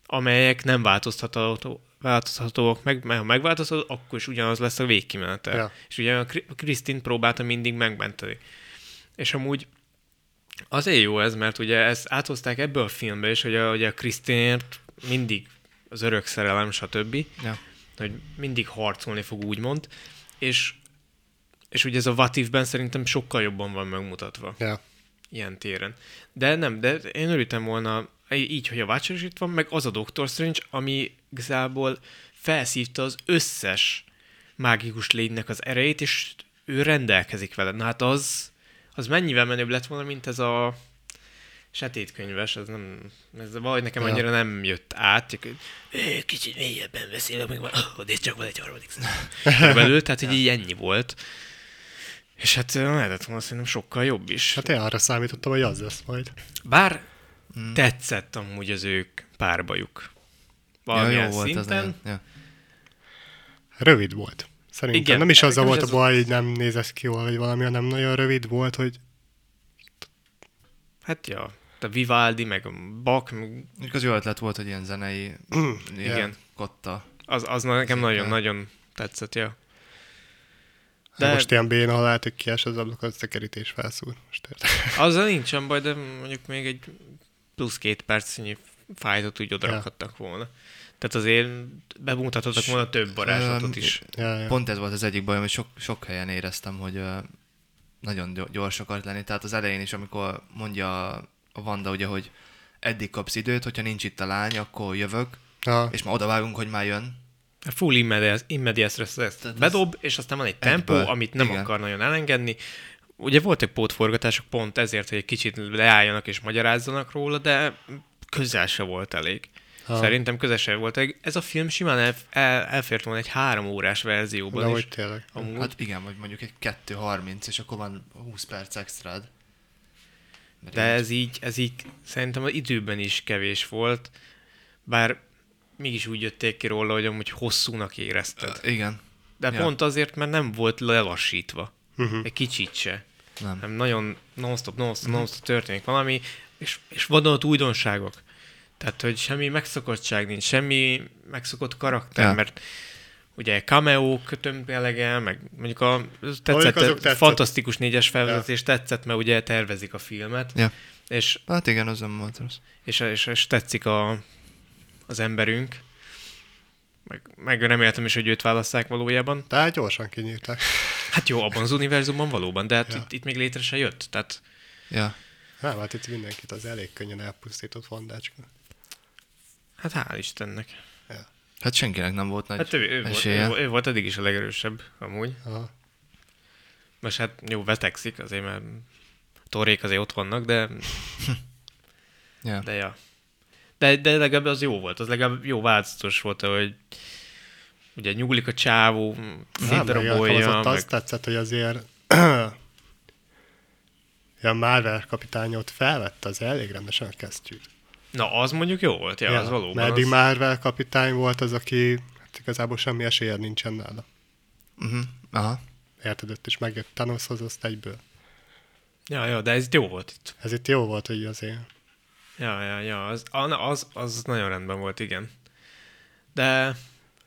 Speaker 3: amelyek nem változtatható, változhatóak meg, mert ha megváltozhat, akkor is ugyanaz lesz a végkimenete.
Speaker 2: Ja.
Speaker 3: Ja. És ugye a Kri- Krisztint próbálta mindig megmenteni. És amúgy azért jó ez, mert ugye ezt áthozták ebből a filmbe is, hogy a, ugye a Krisztinért mindig az örök szerelem, stb
Speaker 4: Ja.
Speaker 3: hogy mindig harcolni fog, úgymond, és, és ugye ez a Vativben szerintem sokkal jobban van megmutatva
Speaker 2: Ja.
Speaker 3: ilyen téren. De nem, de én örültem volna í- így, hogy a Watcher is itt van, meg az a Doctor Strange, ami igazából felszívta az összes mágikus lénynek az erejét, és ő rendelkezik vele. Na hát az, az mennyivel menőbb lett volna, mint ez a sötétkönyves, ez nem, ez valahogy nekem
Speaker 2: Ja.
Speaker 3: annyira nem jött át, csak "Ö, kicsit mélyebben beszélek, meg van, oh, de csak van egy harmadik szem. Körülbelül, tehát így, így ennyi volt. És hát ö, lehetett volna szerintem sokkal jobb is.
Speaker 2: Hát én arra számítottam, hogy az lesz majd.
Speaker 3: Bár hmm. tetszett amúgy az ők párbajuk.
Speaker 4: ja,
Speaker 3: Valamilyen
Speaker 4: jó
Speaker 3: ja,
Speaker 4: volt az
Speaker 3: szinten.
Speaker 4: nagyon. Ja.
Speaker 2: Rövid volt. Szerintem Igen,
Speaker 3: Igen,
Speaker 2: nem is azzal
Speaker 3: nekem is
Speaker 2: volt a
Speaker 3: ez
Speaker 2: baj, hogy nem nézett ki jól, vagy valami, hanem nagyon rövid volt, hogy
Speaker 3: Hát ja, a Vivaldi, meg a Bach, meg
Speaker 4: Mondjuk az jó ötlet volt, hogy ilyen zenei...
Speaker 3: igen.
Speaker 4: Ilyen kotta.
Speaker 3: az, az nekem nagyon-nagyon tetszett, ja.
Speaker 2: De...
Speaker 3: De-
Speaker 2: hát Most ilyen béna, ha lehet, hogy kies az ablak, az a kerítés felszúr. Most érted?
Speaker 3: Azzal nincsen baj, de mondjuk még egy plusz két percnyi fájtot úgy odarakhattak volna. Tehát azért bemutathattak volna több varázslatot
Speaker 4: Öm,
Speaker 3: is.
Speaker 2: Ja, ja.
Speaker 4: Pont ez volt az egyik bajom, hogy sok, sok helyen éreztem, hogy ö, nagyon gyo- gyors akart lenni. Tehát az elején is, amikor mondja a Vanda, ugye, hogy eddig kapsz időt, hogyha nincs itt a lány, akkor jövök,
Speaker 2: Ja.
Speaker 4: és már odavágunk, hogy már jön.
Speaker 3: Full immediate, immediate stress ezt
Speaker 4: Tehát
Speaker 3: bedob, és aztán van egy tempó,
Speaker 4: egyből,
Speaker 3: amit nem
Speaker 4: igen.
Speaker 3: igen. akar nagyon elengedni. Ugye voltak pótforgatások pont ezért, hogy egy kicsit leálljanak és magyarázzanak róla, de közel se volt elég. Ha. Szerintem közel se volt elég. Ez a film simán el, el, elfért volna egy három órás verzióban
Speaker 2: De
Speaker 3: is.
Speaker 2: hogy tényleg.
Speaker 3: Amúgy.
Speaker 4: Hát igen, vagy mondjuk egy 2.30, és akkor van 20 perc extrád.
Speaker 3: De ez így, ez így szerintem az időben is kevés volt, bár mégis úgy jötték ki róla, hogy amúgy hosszúnak érezted.
Speaker 4: Ö, Igen,
Speaker 3: De
Speaker 4: ja.
Speaker 3: ja. pont azért, mert nem volt lelassítva.
Speaker 2: Mhm.
Speaker 3: Egy kicsit se.
Speaker 4: Nem.
Speaker 3: nem nagyon non-stop, non-stop, non-stop történik valami, és, és vannak ott újdonságok. Tehát, hogy semmi megszokottság nincs, semmi megszokott karakter,
Speaker 4: Ja.
Speaker 3: ja. mert ugye cameo-k tömkelege, meg mondjuk a tetszett,
Speaker 2: Mondjuk azok
Speaker 3: a
Speaker 2: tetszett.
Speaker 3: fantasztikus négyes felvezetés tetszett, mert ugye tervezik a filmet,
Speaker 4: Ja.
Speaker 3: és,
Speaker 4: Hát igen, az nem volt rossz.
Speaker 3: és, és, és tetszik a, az emberünk. Meg, meg reméltem is, hogy őt válasszák valójában.
Speaker 2: De hát gyorsan kinyírták.
Speaker 3: Hát jó, abban az univerzumban valóban, de hát ja.
Speaker 2: Ja.
Speaker 3: itt, itt még létre se jött. Tehát
Speaker 4: Ja.
Speaker 2: Nem, hát itt mindenkit az elég könnyen elpusztított fondácska.
Speaker 3: hát hál' Istennek.
Speaker 4: Hát senkinek nem volt nagy
Speaker 3: Hát ő, ő, volt,
Speaker 4: esélye.
Speaker 3: ő, volt- ő volt eddig is a legerősebb, amúgy.
Speaker 2: Aha.
Speaker 3: Most hát jó, vetekszik azért, mert torék azért ott vannak, de,
Speaker 4: Ja.
Speaker 3: de ja. De, de legalább az jó volt, az legalább jó változatos volt, hogy ugye nyúlik a csávó,
Speaker 2: Nem, meg
Speaker 3: szétdarabolja,
Speaker 2: alkalmazott
Speaker 3: meg...
Speaker 2: azt tetszett, hogy azért a Marvel kapitány ott felvette az elég rendesen a kesztyűt.
Speaker 3: Na, az mondjuk jó volt, ja, az valóban.
Speaker 2: Mert eddig
Speaker 3: az...
Speaker 2: Marvel kapitány volt az, aki hát igazából semmi esélye nincsen nála.
Speaker 4: Uh-huh. Aha.
Speaker 2: Érted, ott is megjött Thanoshoz, azt egyből.
Speaker 3: Ja, ja, de ez jó volt itt.
Speaker 2: Ez itt jó volt, hogy azért
Speaker 3: Ja, ja, ja, az, a- na, az, az nagyon rendben volt, igen. De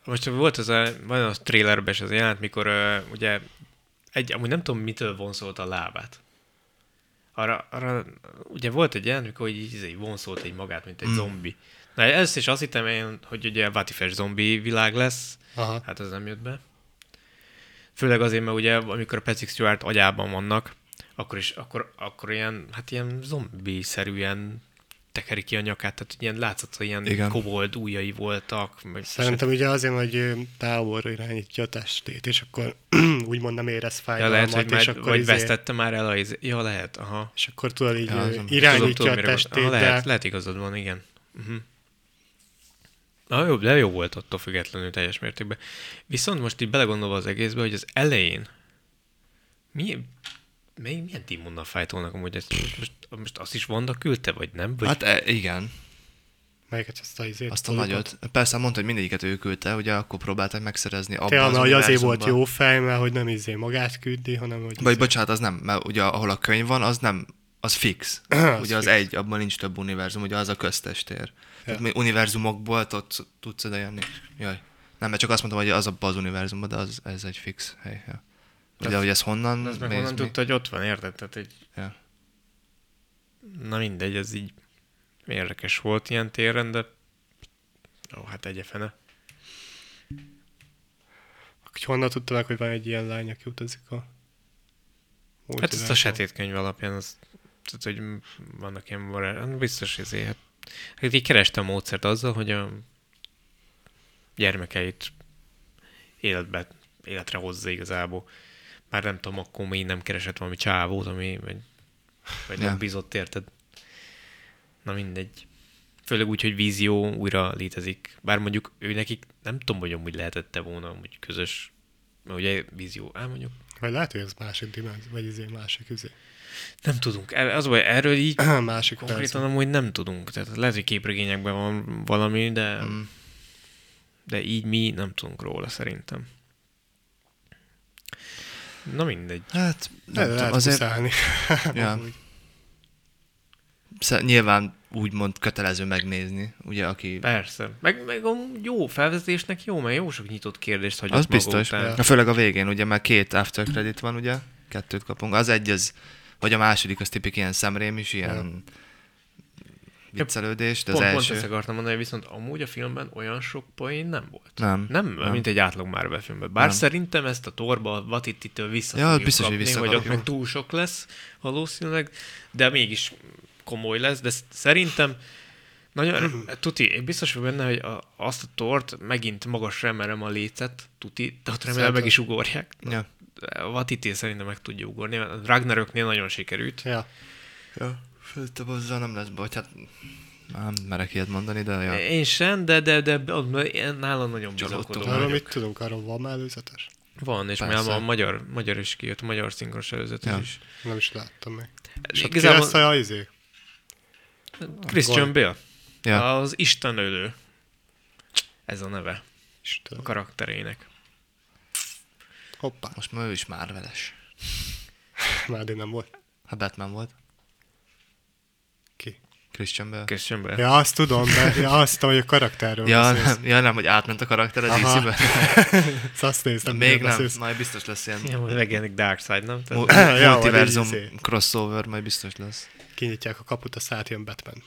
Speaker 3: most volt az a, van a trailerben is az jelent, mikor ö, ugye egy, amúgy nem tudom, mitől vonszolt a lábát. Arra, arra ugye volt egy jelent, mikor így, így, így vonszolt egy magát, mint egy mm. zombi. Na, ezt is azt hittem én, hogy ugye Vatifes zombi világ lesz,
Speaker 2: Aha.
Speaker 3: hát ez nem jött be. Főleg azért, mert ugye amikor a Patrick Stewart agyában vannak, akkor is, akkor, akkor ilyen, hát ilyen zombi-szerűen tekeri ki a nyakát, tehát ilyen látszott, hogy ilyen Igen.
Speaker 4: Igen.
Speaker 3: kobold ujjai voltak. Meg
Speaker 2: Szerintem ugye azért, hogy ö, távolról irányítja a testét, és akkor úgymond nem érez
Speaker 3: ja,
Speaker 2: fájdalmat,
Speaker 3: lehet, hogy
Speaker 2: és,
Speaker 3: már,
Speaker 2: akkor
Speaker 3: vagy
Speaker 2: izé-
Speaker 3: vesztette már el a... izé- Ja, lehet, aha.
Speaker 2: és akkor tudod így
Speaker 4: Ja,
Speaker 2: ö,
Speaker 4: azon- azon
Speaker 2: irányítja
Speaker 3: Tudom,
Speaker 2: a
Speaker 3: mire gond-
Speaker 2: testét,
Speaker 3: Ah, lehet,
Speaker 2: de
Speaker 3: lehet igazad van, igen. Uh-huh. Na jó, de jó volt attól függetlenül teljes mértékben. Viszont most így belegondolva az egészbe, hogy az elején mi, mi, milyen Demonna fájtónak amúgy ezt, most, most azt is Vanda küldte, vagy nem? Vagy,
Speaker 4: Hát e, igen,
Speaker 2: melyiket azt hát a izét
Speaker 4: azt a
Speaker 2: tudod,
Speaker 4: nagyot. Persze mondta, hogy mindegyiket ő küldte, ugye akkor próbálták megszerezni abban
Speaker 2: Ja, mert hogy azért volt
Speaker 4: univerzumban.
Speaker 2: jó fej, mert hogy nem izé magát küldi, hanem hogy...
Speaker 4: Vagy
Speaker 2: izé-
Speaker 4: bocsánat, az nem, mert ugye ahol a könyv van, az nem, az fix.
Speaker 2: Az
Speaker 4: ugye az
Speaker 2: fix.
Speaker 4: egy, abban nincs több univerzum, ugye az a köztestér. Tehát mi univerzumokból tudsz, tudsz oda jönni. Jaj. Nem, mert csak azt mondtam, hogy az abban az univerzumban, de az, ez egy fix hely. Ja. Ugye, hogy ez honnan
Speaker 3: az meg
Speaker 4: mész
Speaker 3: honnan
Speaker 4: mi?
Speaker 3: tudta, hogy ott van, érted? Tehát egy,
Speaker 4: Ja.
Speaker 3: na mindegy, ez így érdekes volt ilyen téren, de ó, hát egyefene.
Speaker 2: Hogy honnan tudta meg, hogy van egy ilyen lány, aki utazik a...
Speaker 3: Hát ezt a
Speaker 2: multiverzum?
Speaker 3: sötétkönyv alapján, az, tehát, hogy m- vannak ilyen varázs, hát biztos ezért. Hát, hát így kerestem a módszert azzal, hogy a gyermekeit életbe, életre hozza igazából. Már nem tudom, akkor még nem keresett valami csávót, ami, vagy, vagy nem
Speaker 4: Ja.
Speaker 3: bizott, érted? Na mindegy. Főleg úgy, hogy vízió újra létezik. Bár mondjuk ő nekik nem tudom, hogy amúgy lehetette volna amúgy közös, mert ugye vízió, ám mondjuk
Speaker 2: Vagy lehet, hogy ez másik dimenzió, vagy izé másik izé.
Speaker 3: nem tudunk. E- Az a baj, erről így
Speaker 2: másik
Speaker 3: Konkrétan
Speaker 2: konkrétan...
Speaker 3: amúgy nem tudunk. Tehát lehet, hogy képregényekben van valami, de, mm. de így mi nem tudunk róla szerintem. Na mindegy.
Speaker 4: Hát,
Speaker 2: Nem,
Speaker 4: nem tudom,
Speaker 2: lehet azért...
Speaker 4: azért Ja. Sze- nyilván úgymond kötelező megnézni, ugye, aki...
Speaker 3: Persze. Meg, meg a jó felvezetésnek jó, mert jó sok nyitott kérdést hagyott
Speaker 4: Az
Speaker 3: maga
Speaker 4: biztos.
Speaker 3: Után.
Speaker 4: Na, főleg a végén, ugye, mert két after credit van, ugye? Kettőt kapunk. Az egy, az, vagy a második, az tipik ilyen szemrém is, ilyen viccelődés, de az
Speaker 3: Pont, pont ezt
Speaker 4: első...
Speaker 3: akartam mondani, viszont amúgy a filmben olyan sok poén nem volt.
Speaker 4: Nem.
Speaker 3: Nem, nem, mint egy átlag Marvel filmben. Bár nem. szerintem ezt a torba a Vatittitől vissza
Speaker 4: Ja,
Speaker 3: fogjuk
Speaker 4: biztos, hogy
Speaker 3: kapni,
Speaker 4: vissza
Speaker 3: hogy ott
Speaker 4: kapjuk.
Speaker 3: meg túl sok lesz valószínűleg, de mégis komoly lesz, de sz- szerintem nagyon, tuti, én biztos vagyok benne, hogy a, azt a tort megint magasra emelem a lécet, tuti, de ott remélem meg is ugorják.
Speaker 4: Ja.
Speaker 3: A Vatitti szerintem meg tudja ugorni, mert a Ragnaröknél nagyon sikerült.
Speaker 2: Ja.
Speaker 4: Ja, föltöbb azzal nem lesz baj, hát nem merek ilyet mondani, de ja.
Speaker 3: Én sem, de, de, de, de nálam nagyon
Speaker 4: Csalódtunk.
Speaker 3: bizakodó.
Speaker 2: Arról
Speaker 3: vagyok.
Speaker 2: mit tudunk, arról van már előzetes?
Speaker 3: Van, és már
Speaker 4: Persze.
Speaker 3: a magyar, magyar is kijött, a magyar szinkros előzetes ja.
Speaker 4: Ja.
Speaker 3: is.
Speaker 2: Nem is láttam még. És ott ki
Speaker 3: Igazából
Speaker 2: lesz a izé?
Speaker 3: Christian Bale,
Speaker 4: ja.
Speaker 3: az istenölő. Ez a neve a
Speaker 2: Istenem.
Speaker 3: karakterének.
Speaker 2: Hoppá,
Speaker 4: Most már ő is már veles.
Speaker 2: már én nem volt.
Speaker 4: Hát Batman volt.
Speaker 2: Ki?
Speaker 4: Christian Bale.
Speaker 3: Christian Bale.
Speaker 2: Ja, azt tudom, de ja, azt tudom, hogy a karakterről
Speaker 4: Ja,
Speaker 2: beszélsz.
Speaker 4: nem, ja, nem, hogy átment a karakter a
Speaker 2: Aha.
Speaker 4: DC-be.
Speaker 2: Ezt azt néztem,
Speaker 4: Még
Speaker 2: miről
Speaker 4: nem,
Speaker 2: beszélsz.
Speaker 4: majd biztos lesz ilyen
Speaker 3: Ja, most megjelenik Dark Side, nem? Tehát,
Speaker 4: mu-
Speaker 2: Ja, vagy
Speaker 4: multiverzum
Speaker 2: izé.
Speaker 4: crossover, majd biztos lesz.
Speaker 2: Kinyitják a kaput, aztán átjön Batman.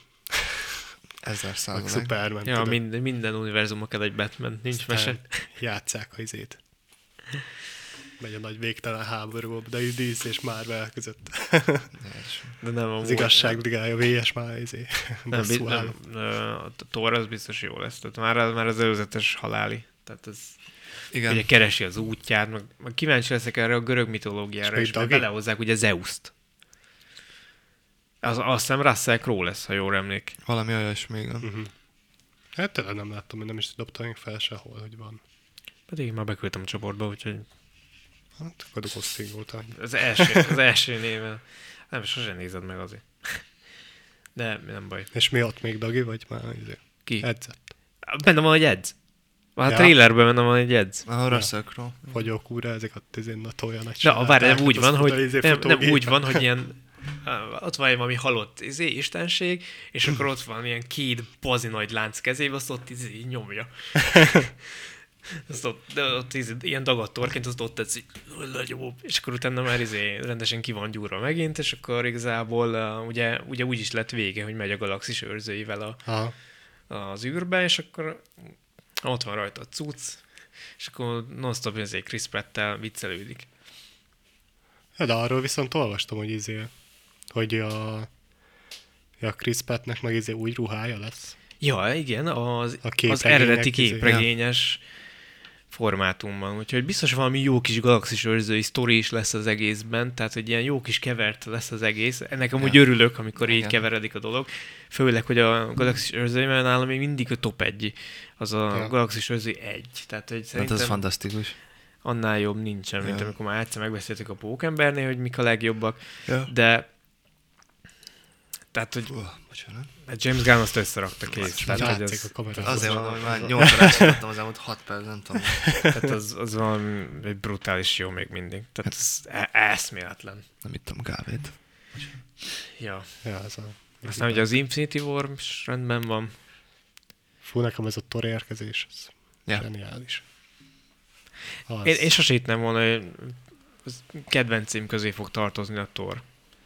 Speaker 4: Ezer
Speaker 2: Meg
Speaker 4: százalék.
Speaker 2: Superman.
Speaker 3: ja,
Speaker 2: tudod.
Speaker 3: minden, minden univerzumban kell egy Batman, nincs mese.
Speaker 2: játszák a izét. Megy a nagy végtelen háború, de így DC és Marvel között.
Speaker 3: De nem a
Speaker 2: Az
Speaker 3: múlt-
Speaker 2: igazságbrigája, VS már izé.
Speaker 3: Nem,
Speaker 2: Bosszú
Speaker 3: nem,
Speaker 2: állom.
Speaker 3: nem, ö, a Thor az biztos jó lesz. Tehát már, már az előzetes haláli. Tehát ez
Speaker 4: Igen.
Speaker 3: ugye keresi az útját, meg, meg kíváncsi leszek erre a görög mitológiára,
Speaker 2: És
Speaker 3: és, és
Speaker 2: Dagi?
Speaker 3: belehozzák ugye Zeus-t. Az, azt hiszem Russell Crowe lesz, ha jól emlék.
Speaker 4: Valami olyasmi, igen.
Speaker 3: Mhm.
Speaker 2: Hát tényleg nem láttam, hogy nem is dobtam még fel sehol, hogy van.
Speaker 3: Pedig én már beküldtem a csoportba, úgyhogy
Speaker 2: Hát akkor dobok singót.
Speaker 3: az első, az első néven. Nem, sosem nézed meg azért. De nem baj.
Speaker 2: És mi ott még Dagi, vagy már izé?
Speaker 3: Ki?
Speaker 2: Edzett.
Speaker 3: Benne van egy edz. Már a
Speaker 2: Ja.
Speaker 3: trailerben benne van egy edz.
Speaker 4: A Russell Crowe.
Speaker 2: Vagyok úr, ezek a tizén natolja nagy
Speaker 3: De a
Speaker 2: csinálták,
Speaker 3: Mm. várj, nem úgy
Speaker 2: azt
Speaker 3: van,
Speaker 2: mondta,
Speaker 3: hogy
Speaker 2: izé,
Speaker 3: nem, nem
Speaker 2: fotógép.
Speaker 3: úgy van, hogy ilyen á, ott van egy valami halott izé, istenség, és akkor ott van ilyen két bazi nagy lánc kezébe, azt ott izé, nyomja. Azt ott, de ott izé, ilyen dagadt torként, azt ott tetszik, nagyobb, és akkor utána már izé, rendesen ki van gyúrva megint, és akkor igazából á, ugye, ugye úgy is lett vége, hogy megy a galaxis őrzőivel a,
Speaker 2: Aha.
Speaker 3: az űrbe, és akkor ott van rajta a cucc, és akkor non-stop ezért Chris Pratt-tel viccelődik.
Speaker 2: Ja, Hát de arról viszont olvastam, hogy izé, hogy a, a Chris Prattnek meg izé új ruhája lesz.
Speaker 3: Ja, igen, az,
Speaker 2: A
Speaker 3: az
Speaker 2: képregények
Speaker 3: eredeti
Speaker 2: izé.
Speaker 3: képregényes formátumban, úgyhogy biztos valami jó kis galaxis őrzői sztori is lesz az egészben, tehát hogy ilyen jó kis kevert lesz az egész. Ennek amúgy
Speaker 4: Ja.
Speaker 3: örülök, amikor így
Speaker 4: Igen.
Speaker 3: keveredik a dolog, főleg, hogy a galaxis őrzői, mert nálam még mindig a top egy, az a
Speaker 2: Ja.
Speaker 3: galaxis őrzői egy, tehát hogy
Speaker 4: Hát
Speaker 3: szerintem
Speaker 4: ez fantasztikus.
Speaker 3: annál jobb nincsen, mint
Speaker 4: Ja.
Speaker 3: amikor már egyszer megbeszéltük a pókembernél, hogy mik a legjobbak,
Speaker 4: Ja.
Speaker 3: de tehát, hogy
Speaker 4: Ó, bocsánat.
Speaker 3: James Gunn azt összerakta kész.
Speaker 2: És
Speaker 3: Tehát, hogy
Speaker 2: látszik
Speaker 3: az,
Speaker 2: a kamerában.
Speaker 4: Azért mondom, hogy már 8 órát csináltam az elmúlt 6 perc, nem tudom.
Speaker 3: Tehát az, az valami egy brutális jó még mindig. Tehát ez e- eszméletlen.
Speaker 4: Nem ittam kávét.
Speaker 3: Ja.
Speaker 2: Ja, ez a...
Speaker 3: Aztán ugye az Infinity War is rendben van.
Speaker 2: Fú, nekem ez a tor érkezés, ez
Speaker 4: Ja.
Speaker 2: zseniális. Az.
Speaker 3: Én, én sose hittem volna, hogy az kedvencém közé fog tartozni a Thor.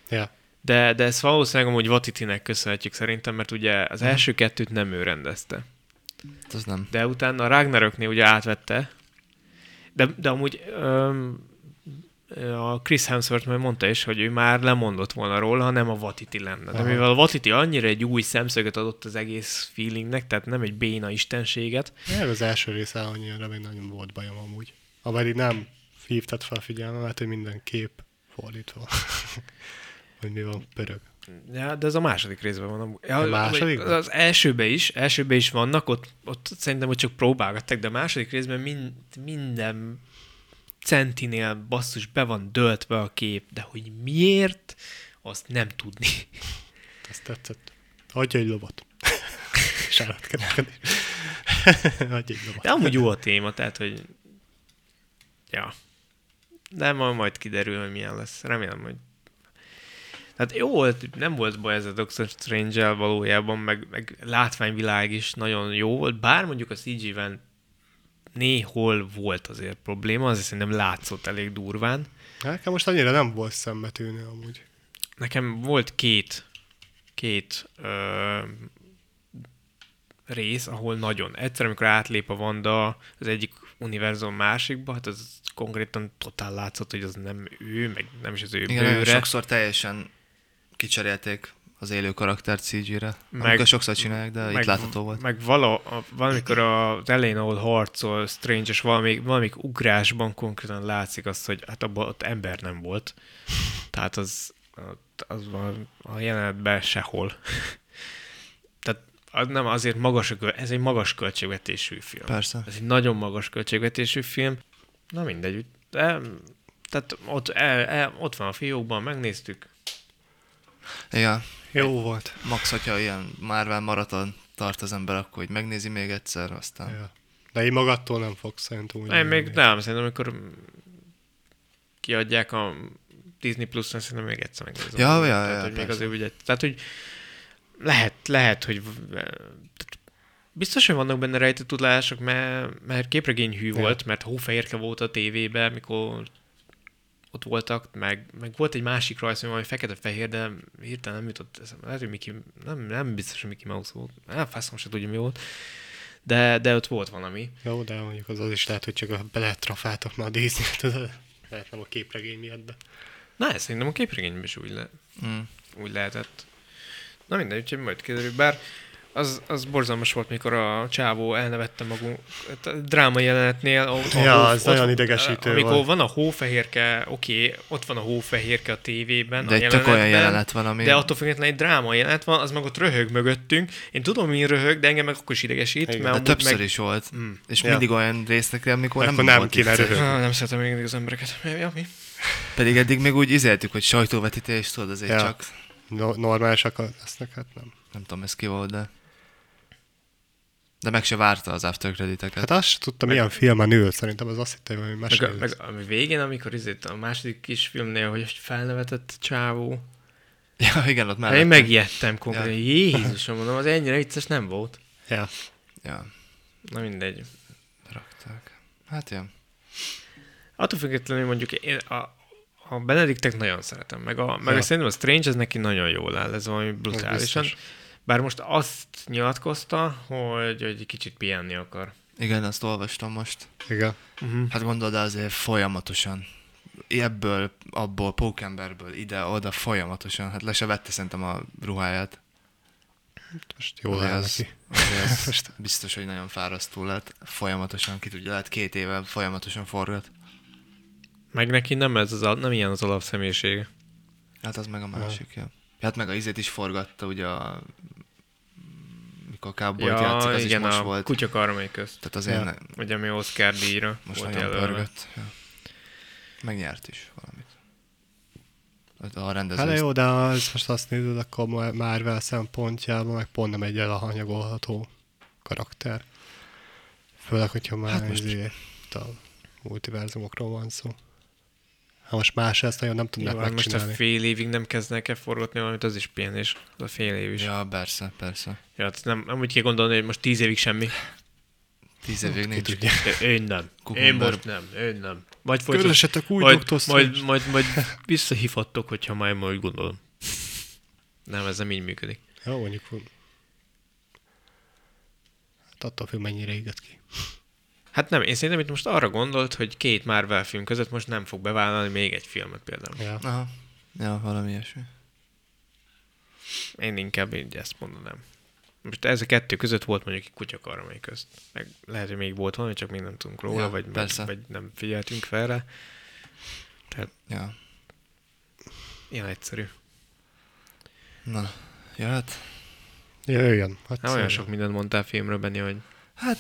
Speaker 2: Ja.
Speaker 3: De, de ezt valószínűleg amúgy Vatitinek köszönhetjük szerintem, mert ugye az első kettőt nem ő rendezte.
Speaker 4: Hát Az nem.
Speaker 3: De utána a Ragnaröknél ugye átvette. De, de amúgy öm, a Chris Hemsworth már mondta is, hogy ő már lemondott volna róla, ha nem a Vatiti lenne. De
Speaker 2: Aha.
Speaker 3: mivel a Vatiti annyira egy új szemszöget adott az egész feelingnek, tehát nem egy béna istenséget.
Speaker 2: Én az első része annyira még nagyon volt bajom amúgy. Amely így nem hívtad fel a figyelmemet, hogy minden kép fordítva. hogy mi van, pörög.
Speaker 3: Mm. Ja, de ez a második részben van. amúgy. Ja,
Speaker 2: A másodikban?
Speaker 3: Az, az elsőben is, elsőben is vannak, ott, ott szerintem, hogy csak próbálgattak, de a második részben mind, minden centinél basszus be van döltve a kép, de hogy miért, azt nem tudni.
Speaker 2: Azt tetszett. Adja egy lovat. És állatkereskedés. Adja egy lovat.
Speaker 3: De amúgy jó a téma, tehát, hogy... Ja. De majd, majd kiderül, hogy milyen lesz. Remélem, hogy... Tehát jó volt, nem volt baj ez a Doctor strange valójában, meg, meg látványvilág is nagyon jó volt, bár mondjuk a CG-ben néhol volt azért probléma, azért szerintem látszott elég durván.
Speaker 2: Nekem most annyira nem volt szembetűnő amúgy.
Speaker 3: Nekem volt két, két ö, rész, ahol nagyon. Egyszer, amikor átlép a Vanda az egyik univerzum másikba, hát az konkrétan totál látszott, hogy az nem ő, meg nem is az ő
Speaker 4: Igen, nagyon
Speaker 3: bőre.
Speaker 4: sokszor teljesen kicserélték az élő karakter CG-re.
Speaker 3: Meg-
Speaker 4: Amikor sokszor csinálják, de itt látható volt.
Speaker 3: Meg vala, a, valamikor az elején, ahol harcol Strange, és valamik, valamik ugrásban konkrétan látszik azt, hogy hát abban ott ember nem volt. Tehát az, ott- az van a jelenetben sehol. Tehát az nem azért magas, a köl- ez egy magas költségvetésű film.
Speaker 4: Persze.
Speaker 3: Ez egy nagyon magas költségvetésű film. Na mindegy. De, tehát ott, el, el, ott van a fiókban, megnéztük.
Speaker 4: Igen.
Speaker 2: Jó volt.
Speaker 4: Max, hogyha ilyen Marvel maraton tart az ember, akkor hogy megnézi még egyszer, aztán...
Speaker 2: Ja. De így magadtól nem fogsz szerintem úgy.
Speaker 3: Én még
Speaker 2: menni.
Speaker 3: nem, szerintem amikor kiadják a Disney Plus-on, szerintem még egyszer megnézem.
Speaker 4: Ja, ja,
Speaker 3: tehát,
Speaker 4: ja,
Speaker 3: hogy még
Speaker 4: persze.
Speaker 3: azért ugye, tehát, hogy lehet, lehet, hogy v- tehát biztos, hogy vannak benne rejtett tudások, mert, mert képregény hű
Speaker 2: Ja.
Speaker 3: volt, mert hófehérke volt a tévében, mikor ott voltak, meg, meg volt egy másik rajz, ami valami fekete-fehér, de hirtelen nem jutott eszembe. Lehet, hogy Mickey, nem, nem biztos, hogy Mickey Mouse volt. Hát, faszom se tudja, mi volt. De, de ott volt valami.
Speaker 2: Jó, de mondjuk az, az is lehet, hogy csak a- beletrafáltak már a disney tudod? Lehet nem a képregény miatt, de...
Speaker 3: Na, ez szerintem a képregényben is úgy, le,
Speaker 4: Mm.
Speaker 3: úgy lehetett. Na mindegy, úgyhogy majd kiderül, bár az, az borzalmas volt, mikor a csávó elnevette magunk hát a dráma jelenetnél. Ott,
Speaker 2: Ja,
Speaker 3: hó-
Speaker 2: az nagyon idegesítő
Speaker 3: Amikor
Speaker 2: volt.
Speaker 3: van a hófehérke, oké, ott van a hófehérke a tévében,
Speaker 4: De
Speaker 3: a
Speaker 4: egy tök olyan
Speaker 3: jelenetben,
Speaker 4: jelenet van, ami...
Speaker 3: De attól függetlenül egy dráma jelenet van, az meg ott röhög mögöttünk. Én tudom, mi röhög, de engem meg akkor is idegesít.
Speaker 2: Igen.
Speaker 3: mert
Speaker 4: de
Speaker 3: amúgy
Speaker 4: többször
Speaker 3: meg...
Speaker 4: is volt.
Speaker 3: Mm.
Speaker 4: És
Speaker 2: Ja.
Speaker 4: mindig olyan résznek, amikor nem,
Speaker 2: Akkor nem
Speaker 4: volt
Speaker 2: kéne
Speaker 4: vicces.
Speaker 2: röhögni.
Speaker 3: Ah, nem szeretem még mindig az embereket. Ja, mi?
Speaker 4: Pedig eddig még úgy izéltük, hogy sajtóvetítés, tudod, azért
Speaker 2: Ja.
Speaker 4: csak...
Speaker 2: No- normálisak a- lesznek, hát nem.
Speaker 4: Nem tudom, ez ki volt, de... De meg se várta az after crediteket.
Speaker 2: Hát azt sem tudta, milyen filmen ül, szerintem az azt hittem, hogy más
Speaker 3: Meg, a- meg a végén, amikor izét a második kisfilmnél, hogy felnevetett csávó,
Speaker 4: Ja, igen, ott
Speaker 3: Hát én
Speaker 4: mellett.
Speaker 3: megijedtem konkrétan. Ja. Jézusom, mondom, az ennyire vicces nem volt.
Speaker 2: Ja.
Speaker 4: Ja,
Speaker 3: Na mindegy.
Speaker 4: rakták. Hát ja.
Speaker 3: Attól függetlenül mondjuk én a, a Benediktet nagyon szeretem, meg, a, meg
Speaker 2: Ja.
Speaker 3: ja. szerintem a Strange, ez neki nagyon jól áll, ez valami brutálisan.
Speaker 2: biztos.
Speaker 3: Bár most azt nyilatkozta, hogy, hogy egy kicsit pihenni akar.
Speaker 4: Igen, azt olvastam most.
Speaker 2: Igen.
Speaker 3: Hm.
Speaker 4: Hát gondolod, azért folyamatosan. Ebből, abból, pókemberből, ide, oda, folyamatosan. Hát le se vette szerintem a ruháját.
Speaker 2: Most jól áll
Speaker 4: az,
Speaker 2: neki.
Speaker 4: azért az
Speaker 2: Most-
Speaker 4: hát biztos, hogy nagyon fárasztó lett. Folyamatosan, ki tudja, lehet két éve folyamatosan forgat.
Speaker 3: Meg neki nem, ez az, al- nem ilyen az alapszemélyisége.
Speaker 4: Hát az meg a másik, ja. Hát meg a izét is forgatta, ugye a... Mikor cowboy ja, játszik, az
Speaker 3: igen,
Speaker 4: is most
Speaker 3: a
Speaker 4: volt.
Speaker 3: kutya karmai közt.
Speaker 4: Tehát azért
Speaker 2: Ja.
Speaker 4: ja.
Speaker 3: Ugye mi Oscar díjra
Speaker 4: most
Speaker 3: volt
Speaker 4: nagyon
Speaker 3: jelölve.
Speaker 4: pörgött. Ja. Megnyert is valamit. Hát A rendező
Speaker 2: Hát de
Speaker 4: is-
Speaker 2: jó, de az, most azt nézed, akkor Ma- Marvel szempontjából meg pont nem egy elhanyagolható karakter. Főleg, hogyha már
Speaker 4: Hát
Speaker 2: hát
Speaker 4: most-
Speaker 2: most... a multiverzumokról van szó. Ha most más ezt nagyon nem tudnak
Speaker 3: Jó, hát most a
Speaker 2: megcsinálni.
Speaker 3: fél évig nem kezdnek el forgatni valamit, az is pihenés. Az a fél év is.
Speaker 4: Ja, persze, persze.
Speaker 3: Ja, hát nem, nem úgy kell gondolni, hogy most tíz évig semmi.
Speaker 4: Tíz évig
Speaker 2: Ki
Speaker 4: nincs.
Speaker 2: tudja.
Speaker 3: Ö- Én nem.
Speaker 4: Kukumber.
Speaker 3: Én most nem. Én nem. Vagy folytat,
Speaker 2: Körülössetek új
Speaker 3: majd,
Speaker 2: Dr.
Speaker 3: majd,
Speaker 2: Strange-t.
Speaker 3: majd, majd visszahívhattok, hogyha majd majd gondolom. Nem, ez nem így működik.
Speaker 2: Jó, mondjuk. hogy- Hát attól függ, mennyire éget ki.
Speaker 3: Hát nem, én szerintem itt most arra gondolt, hogy két Marvel film között most nem fog bevállalni még egy filmet például.
Speaker 2: Ja.
Speaker 4: Aha. Ja, valami ilyesmi.
Speaker 3: Én inkább így ezt mondanám. Most ez a kettő között volt mondjuk egy kutya karmai közt. Meg lehet, hogy még volt valami, csak mi nem tudunk róla,
Speaker 4: Ja,
Speaker 3: ja, vagy, meg-
Speaker 4: persze.
Speaker 3: vagy nem figyeltünk fel rá. Tehát
Speaker 4: Ja.
Speaker 3: ilyen egyszerű. Hát,
Speaker 4: Na, hát- jöhet?
Speaker 2: Jöjjön. Hát
Speaker 3: Nem
Speaker 2: szóval.
Speaker 3: olyan sok mindent mondtál filmről, Benni, hogy
Speaker 4: Hát,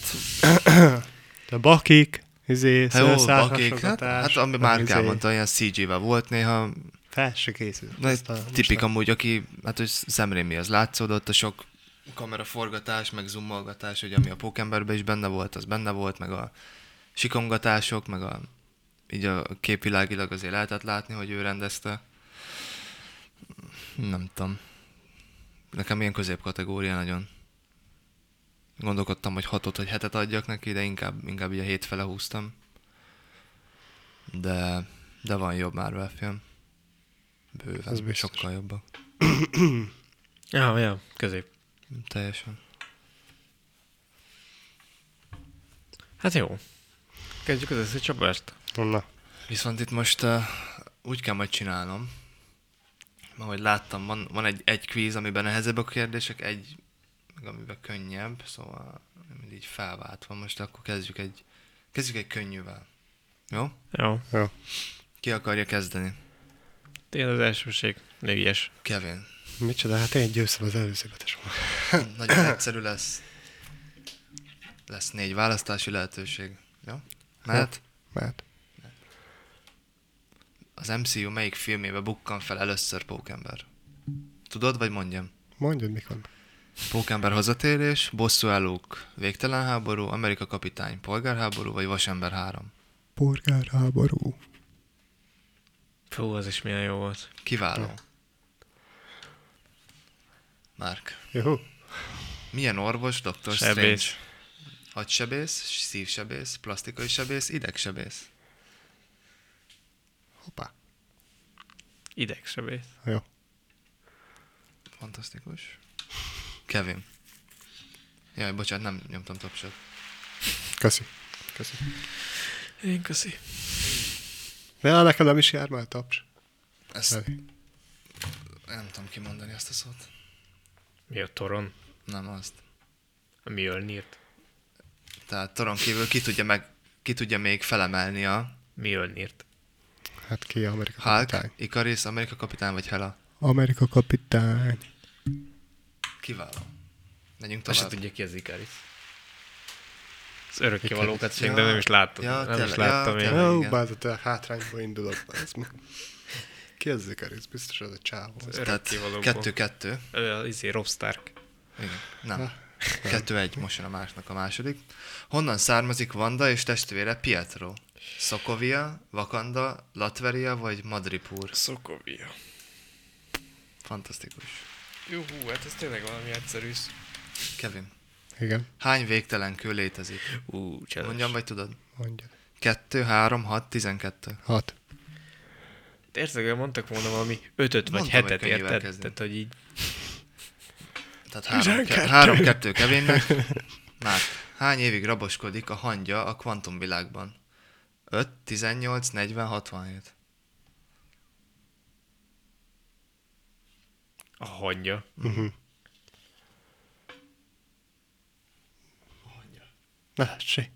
Speaker 2: De bakik, izé,
Speaker 4: ha jó,
Speaker 2: szőrszál
Speaker 4: bakik. Hát,
Speaker 2: hasogatás,
Speaker 4: hát ami
Speaker 2: meg
Speaker 4: már
Speaker 2: izé,
Speaker 4: kell mondta, olyan CG-vel volt néha.
Speaker 2: Fel se készül.
Speaker 4: Na, ez
Speaker 2: Aztán most
Speaker 4: tipik
Speaker 2: nem.
Speaker 4: amúgy, aki, hát hogy szemrémi az látszódott, a sok kameraforgatás, meg zoomolgatás, hogy ami a pókemberben is benne volt, az benne volt, meg a sikongatások, meg a így a képvilágilag azért lehetett látni, hogy ő rendezte. Nem tudom. Nekem ilyen középkategória nagyon. Gondolkodtam, hogy hatot vagy hetet adjak neki, de inkább, inkább így a hét fele húztam. De, de van jobb Marvel film. Bőven,
Speaker 2: Az
Speaker 4: Ez
Speaker 2: biztos.
Speaker 4: sokkal jobbak.
Speaker 3: Ja, ja, közép.
Speaker 4: Teljesen.
Speaker 3: Hát jó. Kezdjük az összes csapást.
Speaker 2: Na,
Speaker 4: Viszont itt most uh, úgy kell majd csinálnom, mert hogy láttam, van, van egy, egy kvíz, amiben nehezebb a kérdések, egy, meg amiben könnyebb, szóval mind így felváltva. Most akkor kezdjük egy, kezdjük egy könnyűvel. Jó?
Speaker 3: Jó.
Speaker 2: jó.
Speaker 4: Ki akarja kezdeni?
Speaker 3: Én az elsőség. Nőies.
Speaker 4: Kevin.
Speaker 2: Micsoda, hát én győztem az előzőbet is.
Speaker 4: Nagyon egyszerű lesz. Lesz négy választási lehetőség. Jó? Mert
Speaker 2: Mert
Speaker 4: az MCU melyik filmébe bukkan fel először Pókember? Tudod, vagy mondjam?
Speaker 2: mondjad, mikor.
Speaker 4: Pókember hazatérés, bosszú állók, végtelen háború, Amerika kapitány, polgárháború, vagy vasember 3?
Speaker 2: Polgárháború.
Speaker 3: Fú, az is milyen jó volt.
Speaker 4: Kiváló. Márk.
Speaker 2: Juhu.
Speaker 4: Milyen orvos, doktor Strange?
Speaker 3: Sebész.
Speaker 4: Agysebész, szívsebész, plastikai sebész, idegsebész.
Speaker 2: Hoppá.
Speaker 3: Idegsebész.
Speaker 2: Jó.
Speaker 4: Fantasztikus. Kevin. Jaj, bocsánat, nem nyomtam tapsot.
Speaker 2: Köszi. Köszi.
Speaker 3: Én köszi.
Speaker 2: De nekem nem is jár már taps.
Speaker 4: Ezt nem tudom kimondani ezt a szót.
Speaker 3: Mi a toron?
Speaker 4: Nem azt.
Speaker 3: A Mjölnirt?
Speaker 4: Tehát toron kívül ki tudja, meg, ki tudja még felemelni a
Speaker 3: Mjölnirt.
Speaker 2: Hát ki Amerika
Speaker 4: Hulk,
Speaker 2: kapitány?
Speaker 4: Ikaris, Amerika kapitány vagy Hela?
Speaker 2: Amerika kapitány.
Speaker 4: Kiváló. Menjünk
Speaker 3: Azt se
Speaker 4: tovább.
Speaker 3: tudja ki az Ikaris. Az örökkévalókat még, de nem is láttam.
Speaker 4: Ja,
Speaker 3: nem is
Speaker 4: tényleg, ja,
Speaker 3: láttam én.
Speaker 4: tényleg.
Speaker 2: Ó,
Speaker 4: igen.
Speaker 2: bázat, te hátrányba indulok. Ez mi? Ki az Zikaris? Biztos az a csávó.
Speaker 4: Tehát
Speaker 3: Örökkévalókból.
Speaker 4: kettő-kettő.
Speaker 3: Ö, az izé, Rob Stark.
Speaker 4: Igen. Nem. Kettő-egy, most jön a másnak a második. Honnan származik Vanda és testvére Pietro? Szokovia, Vakanda, Latveria vagy Madripur?
Speaker 3: Szokovia.
Speaker 4: Fantasztikus.
Speaker 3: Jó, hú, hát ez tényleg valami egyszerű.
Speaker 4: Kevin.
Speaker 2: Igen,
Speaker 4: Hány végtelen kő létezik?
Speaker 3: Ú, cseles.
Speaker 4: Mondjam, vagy tudod?
Speaker 2: mondja.
Speaker 4: 2, 3, 6, 12.
Speaker 2: Hat.
Speaker 3: Érted, mondtak volna valami ötöt vagy
Speaker 4: Mondtam, hogy
Speaker 3: hetet,
Speaker 4: könnyűvel
Speaker 3: érted?
Speaker 4: kezdünk.
Speaker 3: Tehát, hogy így
Speaker 4: Tehát 3, 3 2 Kevinnek. Már hány évig raboskodik a hangya a kvantumvilágban? 5, 18, 40, 67.
Speaker 3: a hangja.
Speaker 2: Na, lássé.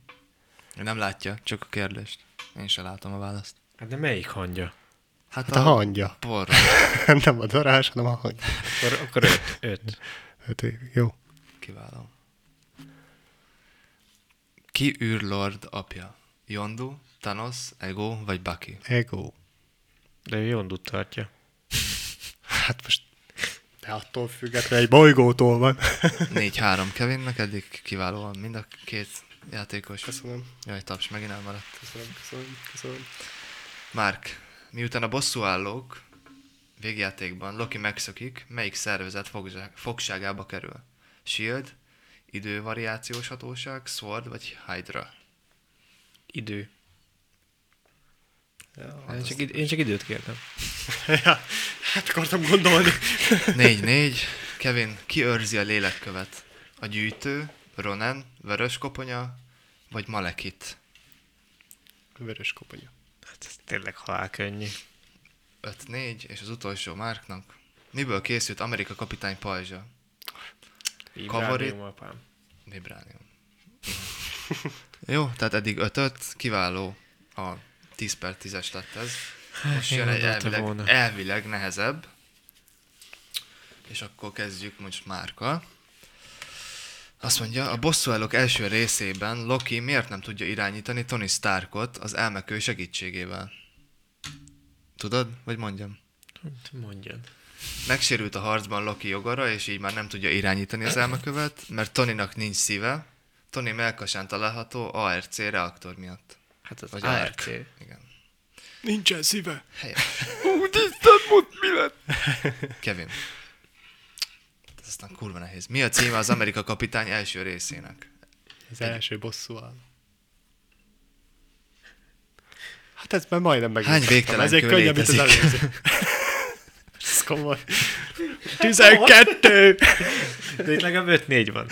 Speaker 4: Ő nem látja, csak a kérdést. Én se látom a választ.
Speaker 3: Hát de melyik hangja?
Speaker 4: Hát,
Speaker 2: Hát a hangja.
Speaker 4: Porra.
Speaker 2: Nem a darás, hanem a hangja.
Speaker 3: Akkor, akkor öt. öt.
Speaker 2: Öt évig. Jó.
Speaker 4: Kiváló. Ki űrlord apja? Yondu, Thanos, Ego vagy Baki?
Speaker 2: Ego.
Speaker 3: De ő Jondut tartja.
Speaker 2: Hát most de attól függetlenül egy bolygótól van.
Speaker 4: 4-3 Kevinnek, eddig kiválóan mind a két játékos.
Speaker 2: Köszönöm,
Speaker 4: Jaj, taps, megint elmaradt.
Speaker 2: köszönöm, köszönöm, köszönöm.
Speaker 4: Márk, miután a bosszúállók végjátékban Loki megszökik, melyik szervezet fogzsá- fogságába kerül? Shield, idővariációs hatóság, Sword vagy Hydra?
Speaker 3: Idő.
Speaker 4: Hát
Speaker 3: Én csak, id- én csak időt kértem.
Speaker 2: Hát akartam gondolni.
Speaker 4: 4-4. Kevin, ki őrzi a lélekkövet? A gyűjtő, Ronan, Vörös Koponya, vagy Malekit?
Speaker 2: Vörös koponya.
Speaker 3: Hát ez tényleg halál könnyű.
Speaker 4: 5-4, és az utolsó Márknak. Miből készült Amerika kapitány pajzsa?
Speaker 3: Kavarémapám.
Speaker 4: Vibránium. Jó, tehát eddig 5 kiváló a 10 per 10-es lett ez. Most
Speaker 3: Hát, én
Speaker 4: jön egy
Speaker 3: gondoltam
Speaker 4: elvileg,
Speaker 3: volna.
Speaker 4: elvileg nehezebb. És akkor kezdjük most Márka. Azt mondja, a bosszúállók első részében Loki miért nem tudja irányítani Tony Starkot az elmekő segítségével? Tudod, vagy mondjam?
Speaker 3: Mondjad.
Speaker 4: Megsérült a harcban Loki jogara, és így már nem tudja irányítani az elmekövet, mert Tonynak nincs szíve. Tony melkasán található ARC reaktor miatt.
Speaker 3: Hát az
Speaker 4: Vagy
Speaker 3: ARC.
Speaker 4: ARC. Igen.
Speaker 2: Nincsen szíve.
Speaker 4: Helyes.
Speaker 3: Úgy tisztelt mond, mi lett?
Speaker 4: Kevin. Ez aztán kurva nehéz. Mi a címe az Amerika kapitány első részének?
Speaker 2: Az első bosszú áll. Hát ez már majdnem meg.
Speaker 4: Hány végtelen
Speaker 2: Ez egy
Speaker 4: kő
Speaker 2: könnyebb, mint az
Speaker 4: létezik?
Speaker 2: előző. Ez komoly. 12!
Speaker 3: De itt legalább 5-4 van.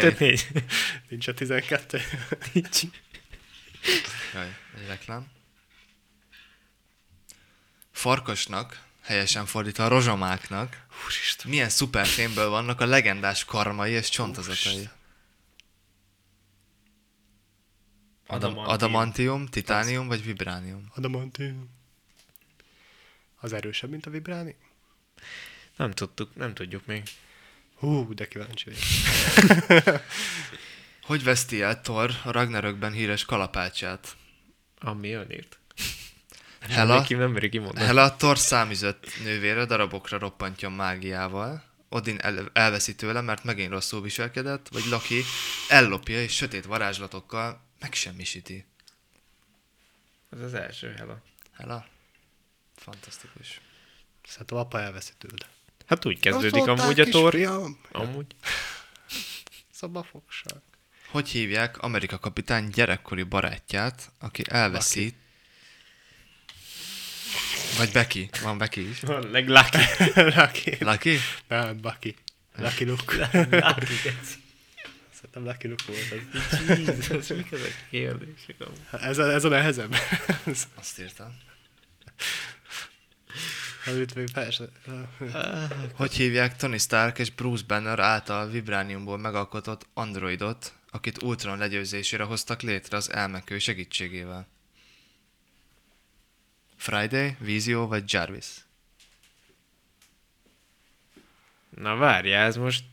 Speaker 3: 6-5-4.
Speaker 2: Nincs a 12.
Speaker 3: Nincs.
Speaker 4: Jaj, egy reklám. Farkasnak, helyesen fordítva a rozsomáknak,
Speaker 2: Úristen.
Speaker 4: milyen szuperfémből vannak a legendás karmai és csontozatai? Adam-
Speaker 3: Adamantium.
Speaker 4: Adamantium, titánium vagy vibránium?
Speaker 2: Adamantium. Az erősebb, mint a vibráni?
Speaker 3: Nem tudtuk, nem tudjuk még.
Speaker 2: Hú, de kíváncsi vagyok.
Speaker 4: Hogy veszti el Thor a Ragnarökben híres kalapácsát?
Speaker 3: Ami önírt.
Speaker 4: Hela,
Speaker 3: Neki nem meri kimondani.
Speaker 4: Hela Thor számüzött nővére darabokra roppantja mágiával. Odin el- elveszi tőle, mert megint rosszul viselkedett, vagy Loki ellopja és sötét varázslatokkal megsemmisíti.
Speaker 3: Ez az első Hela.
Speaker 4: Hela? Fantasztikus.
Speaker 2: Szerintem apa elveszi tőle.
Speaker 3: Hát úgy kezdődik
Speaker 2: Azt mondták,
Speaker 3: amúgy a tor.
Speaker 2: kisfiam,
Speaker 3: Amúgy.
Speaker 2: Szóval Szabafogság.
Speaker 4: Hogy hívják Amerika kapitány gyerekkori barátját, aki elveszi... Vagy Becky. Van Becky is.
Speaker 3: Van legláki.
Speaker 2: Lucky.
Speaker 4: Lucky?
Speaker 2: Nem, Bucky. Lucky Luke. Szerintem Lucky Luke volt ez.
Speaker 3: Jézus, mik ezek a kérdések amúgy?
Speaker 2: Hát Ez a, ez a nehezebb. Ez-
Speaker 4: Azt írtam.
Speaker 2: Amit Hát még hát, persze.
Speaker 4: Hogy hívják Tony Stark és Bruce Banner által vibrániumból megalkotott androidot, akit Ultron legyőzésére hoztak létre az elmekő segítségével? Friday, Vizio vagy Jarvis?
Speaker 3: Na várjál, ez most...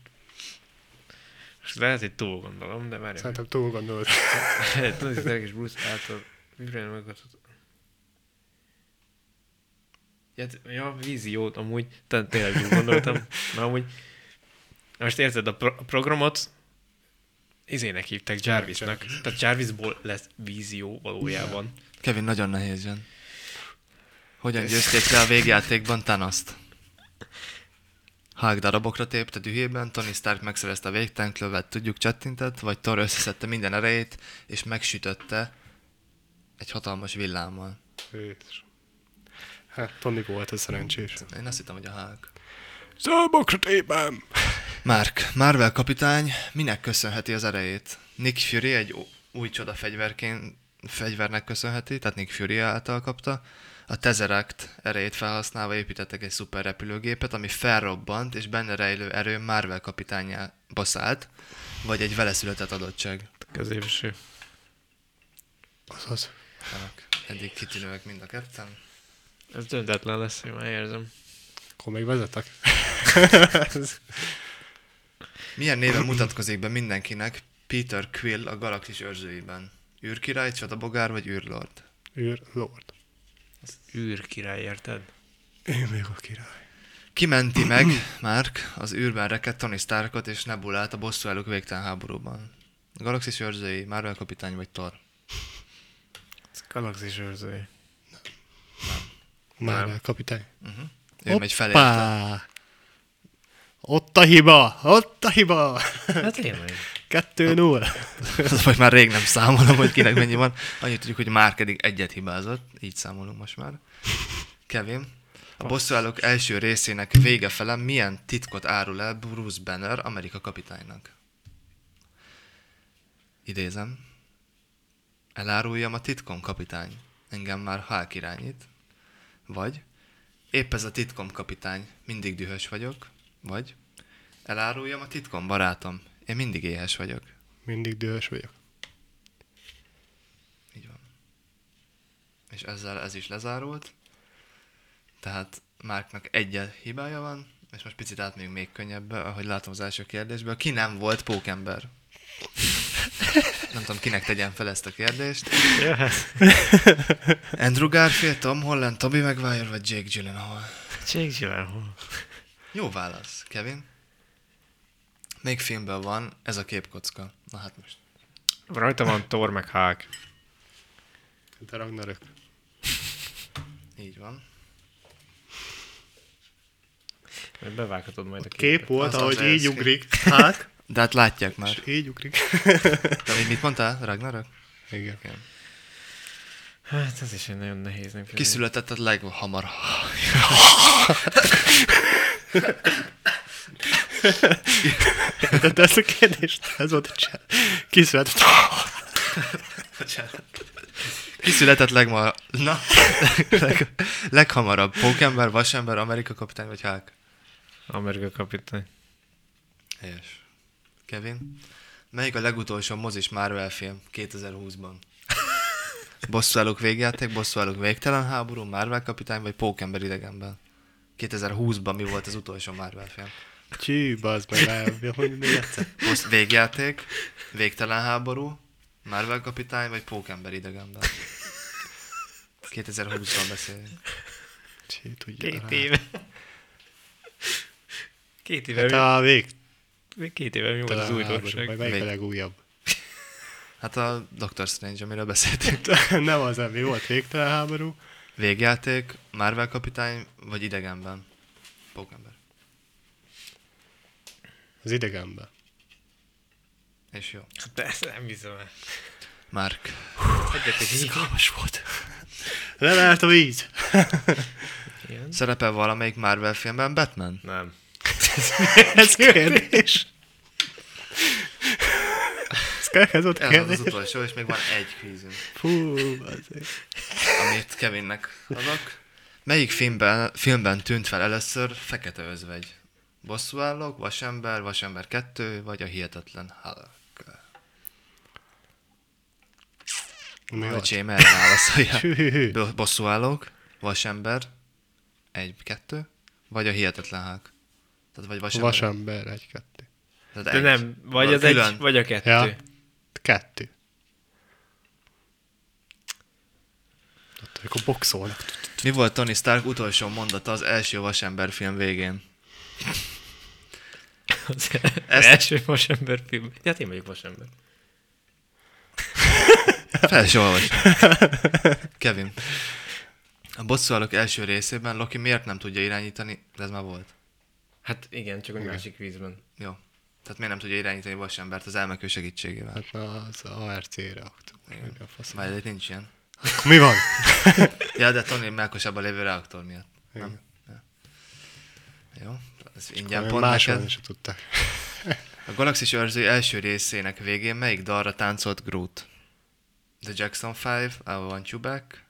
Speaker 3: Most lehet, hogy túl gondolom, de várjál.
Speaker 2: Szerintem túl gondolt.
Speaker 3: Tony Stark és Bruce által vibrálni megadható. Ja, t- ja, víziót amúgy, tehát tényleg úgy gondoltam, mert amúgy, most érted, a, pro- a programot izének hívták Jarvisnak, tehát Jarvisból lesz vízió valójában.
Speaker 4: Kevin, nagyon nehéz jön. Hogyan győzték le a végjátékban Thanost? Hulk darabokra tépte dühében, Tony Stark megszerezte a végtelen lövet, tudjuk csettintett, vagy Thor összeszedte minden erejét, és megsütötte egy hatalmas villámmal.
Speaker 2: Jézus. Hát Tony volt a szerencsés.
Speaker 4: Én azt hittem, hogy a Hulk.
Speaker 2: Szabokra tépem!
Speaker 4: Mark, Marvel kapitány minek köszönheti az erejét? Nick Fury egy ó- új csoda fegyverként, fegyvernek köszönheti, tehát Nick Fury által kapta. A Tesseract erejét felhasználva építettek egy szuper repülőgépet, ami felrobbant, és benne rejlő erő Marvel kapitányába szállt, vagy egy vele született adottság.
Speaker 3: Középső.
Speaker 2: Azaz.
Speaker 4: Ennek eddig kitűnőek mind a ketten.
Speaker 3: Ez döntetlen lesz, hogy már érzem.
Speaker 2: Akkor még vezetek.
Speaker 4: Milyen néven mutatkozik be mindenkinek Peter Quill a galaxis őrzőiben? űrkirály, csadabogár vagy űrlord?
Speaker 2: Őr, Lord.
Speaker 3: Űr király, érted?
Speaker 2: Én még a király.
Speaker 4: Kimenti meg Mark az űrben rekedt Tony Starkot és Nebulát a bosszú elők végtelen háborúban. A galaxis őrzői, Marvel kapitány vagy Thor.
Speaker 3: Galaxis őrzői.
Speaker 2: Már kapitány.
Speaker 4: Ő megy felé.
Speaker 2: Hoppá! Ott a hiba! Ott a hiba!
Speaker 3: Hát tényleg.
Speaker 2: 2-0.
Speaker 4: Vagy már rég nem számolom, hogy kinek mennyi van. Annyit tudjuk, hogy Mark eddig egyet hibázott, így számolunk most már. Kevin. A bosszú állók első részének vége fele milyen titkot árul el Bruce Banner Amerika kapitánynak? Idézem. Eláruljam a titkom, kapitány. Engem már Hulk irányít. Vagy épp ez a titkom, kapitány. Mindig dühös vagyok. Vagy eláruljam a titkom, barátom. Én mindig éhes vagyok.
Speaker 2: Mindig dühös vagyok.
Speaker 4: Így van. És ezzel ez is lezárult. Tehát Márknak egy hibája van, és most picit átmegyünk még könnyebbe, ahogy látom az első kérdésből. Ki nem volt pókember? Nem tudom, kinek tegyem fel ezt a kérdést. Andrew Garfield, Tom Holland, Toby Maguire vagy Jake Gyllenhaal?
Speaker 3: Jake Gyllenhaal.
Speaker 4: Jó válasz, Kevin. Még filmben van ez a képkocka. Na hát most.
Speaker 3: Rajta van Thor meg Hulk.
Speaker 2: De Ragnarök.
Speaker 4: Így van.
Speaker 3: Majd Bevághatod majd a
Speaker 2: Kép
Speaker 3: képet.
Speaker 2: volt,
Speaker 4: Az az
Speaker 2: ahogy
Speaker 4: ez,
Speaker 2: így
Speaker 4: kép.
Speaker 2: ugrik. Hát,
Speaker 4: De hát látják már.
Speaker 2: és így ugrik.
Speaker 4: Te még mit mondtál, Ragnarök?
Speaker 2: Igen.
Speaker 3: Hát ez is egy nagyon nehéz nem
Speaker 4: Kiszületett a leghamar.
Speaker 2: De Hát ez a kérdés, ez volt a cse. Kiszület.
Speaker 4: Kiszületett legma... Na. Leg, leghamarabb. Pókember, vasember, Amerika kapitány vagy hák.
Speaker 3: Amerika kapitány.
Speaker 4: Helyes. Kevin? Melyik a legutolsó mozis Marvel film 2020-ban? Bosszúállók végjáték, bosszúállók végtelen háború, Marvel kapitány vagy Pókember idegenben? 2020-ban mi volt az utolsó Marvel film?
Speaker 2: Csű, bazd meg, már, hogy még egyszer.
Speaker 4: Bossz végjáték, végtelen háború, Marvel kapitány vagy Pókember idegenben? 2020-ban beszélünk.
Speaker 2: Csí, tudja.
Speaker 3: Két
Speaker 2: rá.
Speaker 3: éve. Két éve,
Speaker 2: Hát a végtelen
Speaker 3: mi, két éve mi volt az
Speaker 2: háború, vagy
Speaker 3: újdonság?
Speaker 2: melyik a
Speaker 4: Vég-
Speaker 2: legújabb?
Speaker 4: Hát a Doctor Strange, amiről beszéltünk.
Speaker 2: Nem az, ami volt végtelen háború.
Speaker 4: Végjáték, Marvel kapitány, vagy idegenben? Pókember.
Speaker 2: Az idegenben.
Speaker 4: És jó.
Speaker 3: Hát de ezt nem hiszem el.
Speaker 4: Márk.
Speaker 3: Egyetek így.
Speaker 4: Izgalmas volt.
Speaker 2: Levált a víz!
Speaker 3: Ilyen?
Speaker 4: Szerepel valamelyik Marvel filmben Batman?
Speaker 3: Nem.
Speaker 2: Ez kérdés. Ez kell, ez volt a
Speaker 4: Ez az,
Speaker 2: kérdés.
Speaker 4: az utolsó, és még van egy kvízünk,
Speaker 2: Fú, azért.
Speaker 4: amit Kevinnek adok. Melyik filmben, filmben tűnt fel először Fekete Özvegy? Bosszúállók, Vasember, Vasember 2, vagy a Hihetetlen Hulk?
Speaker 2: Mi
Speaker 4: A
Speaker 2: volt?
Speaker 4: Öcsém erre válaszolja.
Speaker 2: Hű,
Speaker 4: Bo- Bosszúállók, Vasember, 1, 2, vagy a Hihetetlen Hulk? Tehát vagy Vasember.
Speaker 2: Vasember egy-kettő.
Speaker 4: Tehát
Speaker 3: De
Speaker 4: egy.
Speaker 3: nem, vagy
Speaker 4: Vagy
Speaker 3: az egy,
Speaker 4: külön.
Speaker 3: vagy a kettő.
Speaker 2: Ja. Kettő. Ott, amikor boxolnak.
Speaker 4: Mi volt Tony Stark utolsó mondata az első Vasember film végén?
Speaker 3: Az
Speaker 4: Ezt-
Speaker 3: első vasember film. Hát én vagyok vasember.
Speaker 4: Fel se olvasom. Kevin. A bosszúállók első részében Loki miért nem tudja irányítani, de ez már volt.
Speaker 3: Hát igen, csak egy másik vízben.
Speaker 4: Jó. Tehát miért nem tudja irányítani vasembert az elmekő segítségével?
Speaker 2: Hát na, az ARC-re aktor. Vagy a faszom.
Speaker 4: Vagy itt nincs ilyen.
Speaker 2: Akkor Mi van?
Speaker 4: Ja, de Tony melkosában lévő reaktor miatt. Nem? Ja. Jó. Ez ingyen
Speaker 2: Olyan
Speaker 4: pont
Speaker 2: Máshol
Speaker 4: neked.
Speaker 2: is tudták.
Speaker 4: A Galaxis őrző első részének végén melyik dalra táncolt Groot? The Jackson 5, I Want You Back,